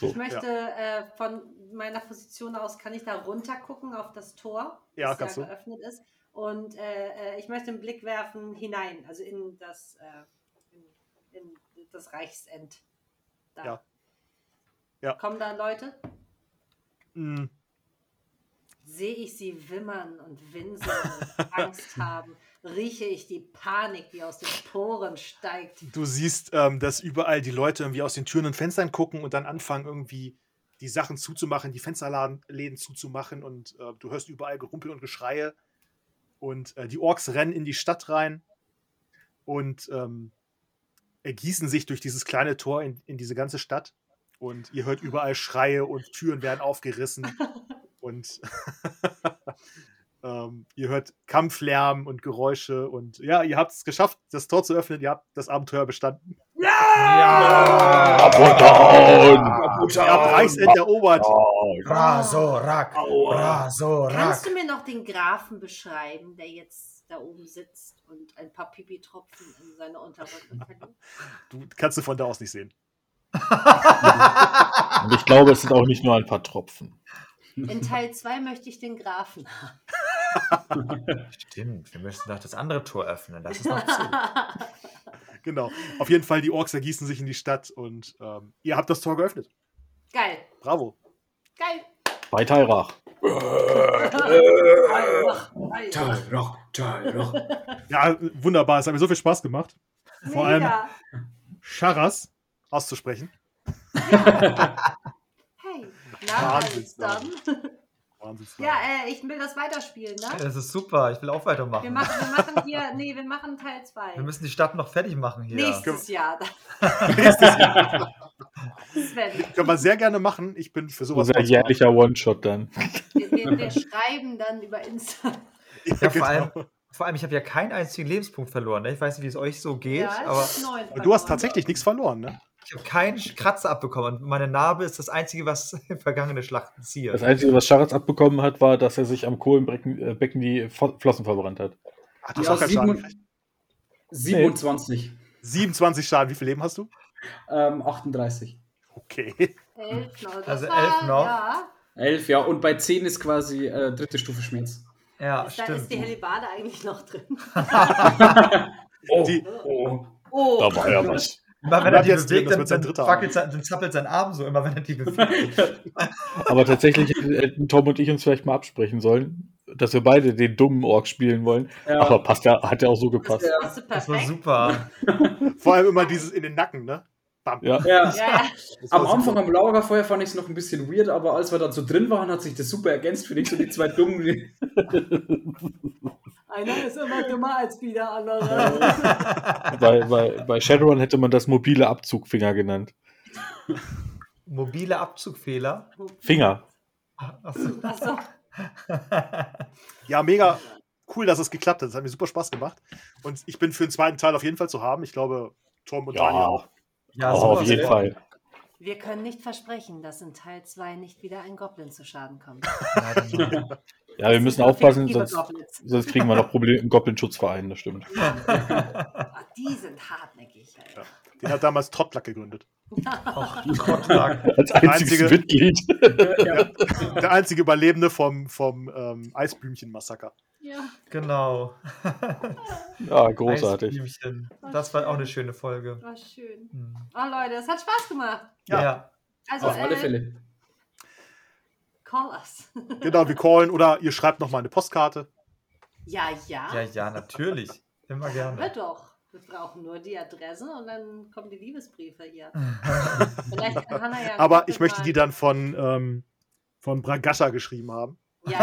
Ich möchte äh, von meiner Position aus, kann ich da runter gucken auf das Tor, Ja, das kannst ja du. geöffnet ist. Und äh, äh, ich möchte einen Blick werfen hinein, also in das, äh, in, in das Reichsend. Da. Ja. Ja. Kommen da Leute? mh, Sehe ich sie wimmern und winseln *laughs* und Angst haben? Rieche ich die Panik, die aus den Poren steigt? Du siehst, ähm, dass überall die Leute irgendwie aus den Türen und Fenstern gucken und dann anfangen, irgendwie die Sachen zuzumachen, die Fensterladen Läden zuzumachen und äh, du hörst überall Gerumpel und Geschreie. Und äh, die Orks rennen in die Stadt rein und ähm, ergießen sich durch dieses kleine Tor in, in diese ganze Stadt. Und ihr hört überall Schreie und Türen werden aufgerissen. und ähm, ihr hört Kampflärm und Geräusche. Und ja, ihr habt es geschafft, das Tor zu öffnen. Ihr habt das Abenteuer bestanden. Ja! Ihr Oh habt Reichsend erobert. Oh, Rasorak! Kannst Rasorak! du mir noch den Grafen beschreiben, der jetzt da oben sitzt und ein paar Pipi-Tropfen in seine Unterrücken verliert? Du kannst du von da aus nicht sehen. *laughs* Und ich glaube, es sind auch nicht nur ein paar Tropfen. In Teil 2 möchte ich den Grafen haben. Stimmt, wir müssen doch das andere Tor öffnen. Das ist *laughs* noch zu. Genau. Auf jeden Fall, die Orks ergießen sich in die Stadt und ähm, ihr habt das Tor geöffnet. Geil, Bravo. geil. Bei Tairach. Vor Teil noch, Teil noch. Ja, wunderbar. Es hat mir so viel Spaß gemacht, vor allem- Charas auszusprechen. Hey, Wahnsinn, na, dann. Wahnsinn. *laughs* Ja, äh, ich will das weiterspielen, ne? Das ist super, ich will auch weitermachen. Wir Wir, machen, wir machen hier, nee, wir machen Teil 2. müssen die Stadt noch fertig machen hier. Nächstes Jahr. Sven. Können wir sehr gerne machen. Ich bin für sowas. *laughs* Unser jährlicher One-Shot dann. Wir, wir, *laughs* wir schreiben dann über Insta. Ja, genau. vor allem, vor allem ich habe ja keinen einzigen Lebenspunkt verloren. Ne? Ich weiß nicht, wie es euch so geht, Ja, ich aber hab neun Du hast verloren. tatsächlich nichts verloren, ne? ich habe keinen Kratzer abbekommen. Und meine Narbe ist das Einzige, was *laughs* vergangene Schlachten Das ziert. Einzige, was Charatz abbekommen hat, war, dass er sich am Kohlenbecken äh, Becken die Fo- Flossen verbrannt hat. Ach, du hast Ja, auch keinen sieben- Schaden gekriegt. 27, 27 Schaden. Wie viel Leben hast du? ähm, 38. Okay. *laughs* Elf noch. Das Also war, elf noch. Ja, 11, ja, und bei 10 ist quasi äh, dritte Stufe Schmerz. Ja, ist, da ist Ah, stimmt. die Hellebarde eigentlich noch drin. Oh, Die- oh. *laughs* Oh, war ja was. Immer wenn Bleib er die jetzt drin, das bewegt, dann, wird sein dann, dritter wackelt sein, dann zappelt sein Arm so. Immer wenn er die bewegt. Aber tatsächlich hätten Tom und ich uns vielleicht mal absprechen sollen, dass wir beide den dummen Ork spielen wollen. Ja. Aber passt ja, hat ja auch so das gepasst. passte Das war perfekt. super. Vor allem immer dieses in den Nacken, ne? Bam. Ja. Ja, Ja, ja. Das war am super. Anfang am Lagerfeuer fand ich es noch ein bisschen weird, aber als wir dann so drin waren, hat sich das super ergänzt, finde ich, so die zwei dummen. *laughs* Einer ist immer dümmer als wie der andere. *laughs* Bei, bei, bei Shadowrun hätte man das mobile Abzugfinger genannt. Mobile Abzugfehler. *laughs* Finger. Achso. Achso, Ja, mega cool, dass es geklappt hat. Es hat mir super Spaß gemacht. Und ich bin für den zweiten Teil auf jeden Fall zu haben. Ich glaube, Tom und Ja. Daniel auch. Ja, oh, auf jeden super. Fall. wir können nicht versprechen, dass in Teil 2 nicht wieder ein Goblin zu Schaden kommt. Leider nein. Ja, wir müssen Viele aufpassen, sonst, Goblins. sonst kriegen wir noch Probleme im Goblin-Schutzverein, das stimmt. Ah, die sind hartnäckig. Alter. Ja. Den hat damals Trottlack gegründet. *laughs* Als einziges Einzige- *laughs* Mitglied. Der einzige Überlebende vom, vom ähm, Eisblümchen-Massaker. Ja. Genau. Ja, großartig. Eisblümchen. Das war auch eine schöne Folge. War schön. Hm. Oh Leute, es hat Spaß gemacht. Ja. Ja. Also, Auf alle äh, Fälle. call us. *laughs* Genau, wir callen oder ihr schreibt nochmal eine Postkarte. Ja, ja, ja. ja, natürlich. Immer *laughs* Wird gerne. doch. Wir brauchen nur die Adressen und dann kommen die Liebesbriefe *laughs* hier. Vielleicht kann Hannah ja. Aber ich möchte die dann von, ähm, von Bragascha geschrieben haben. Ja,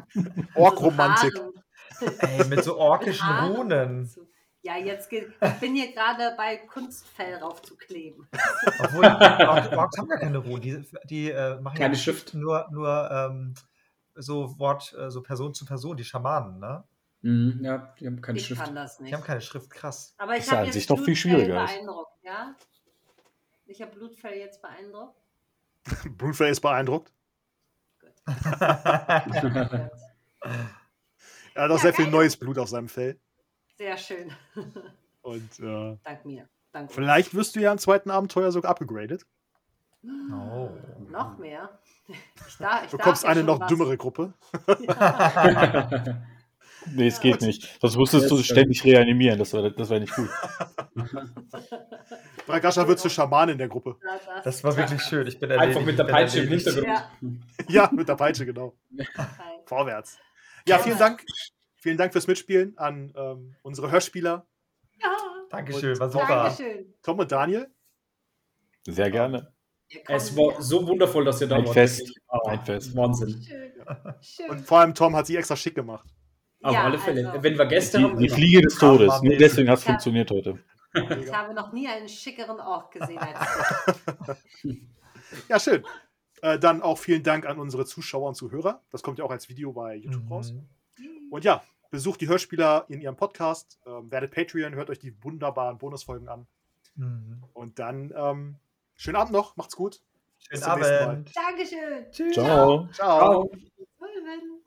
*laughs* ja. Ork-Romantik. Haaren. Ey, mit so orkischen Haaren Runen. zu- Ja, jetzt geht. Ich bin hier gerade bei Kunstfell raufzukleben. Obwohl, Orks Orks haben gar keine Ruhe. Die, die äh, machen Keine ja Shift. nur, nur ähm, so Wort, äh, so Person zu Person, die Schamanen, ne? Mhm, ja, die haben keine Ich Schrift. kann das nicht. Die haben keine Schrift, *laughs* krass. Aber ich Ist ja habe an jetzt sich doch viel Blutfell schwieriger ist. beeindruckt, ja? Ich habe Blutfell jetzt beeindruckt. Brunfair ist beeindruckt. Er hat auch Ja, sehr viel geil. neues Blut auf seinem Fell. Sehr schön. Und äh, Dank mir. Dank mir. vielleicht wirst du ja im zweiten Abenteuer sogar abgegradet. Oh. *laughs* Noch mehr. Ich darf, ich Du bekommst darf ja eine schon noch was. dümmere Gruppe. *laughs* Nee, es geht nicht. Sonst müsstest Das du stimmt. ständig reanimieren. Das wäre das wär nicht gut. Bragascha wird zu Schaman in der Gruppe. Ja, das- Das war wirklich schön. Ich bin Einfach erledigt, mit der ich bin Peitsche im erledigt. Hintergrund. Ja. Ja, mit der Peitsche, genau. Hi. Vorwärts. Ja, vielen Dank. Vielen Dank fürs Mitspielen an ähm, unsere Hörspieler Ja, Dankeschön, war super. Dankeschön. Tom und Daniel. Sehr gerne. Ja, komm. Es war so wundervoll, dass ihr da Ein wart. Halt Fest. wirklich. Ah, Ein Fest. Wahnsinn. Schön. Schön. Und vor allem Tom hat sie extra schick gemacht. Auf Ja, alle Fälle. also- Wenn wir Gäste Die, haben, die immer. Fliege des Todes. Nur deswegen hat es Ja. funktioniert heute. Ich habe noch nie einen schickeren Ork gesehen als *laughs* du. Ja, schön. Äh, dann auch vielen Dank an unsere Zuschauer und Zuhörer. Das kommt ja auch als Video bei YouTube raus. Mhm. Und ja, besucht die Hörspieler in ihrem Podcast, ähm, werdet Patreon, hört euch die wunderbaren Bonusfolgen an. Mhm. Und dann ähm, schönen Abend noch, macht's gut. Schönen zum nächsten Mal. Abend. Dankeschön. Ciao. Ciao. Ulven.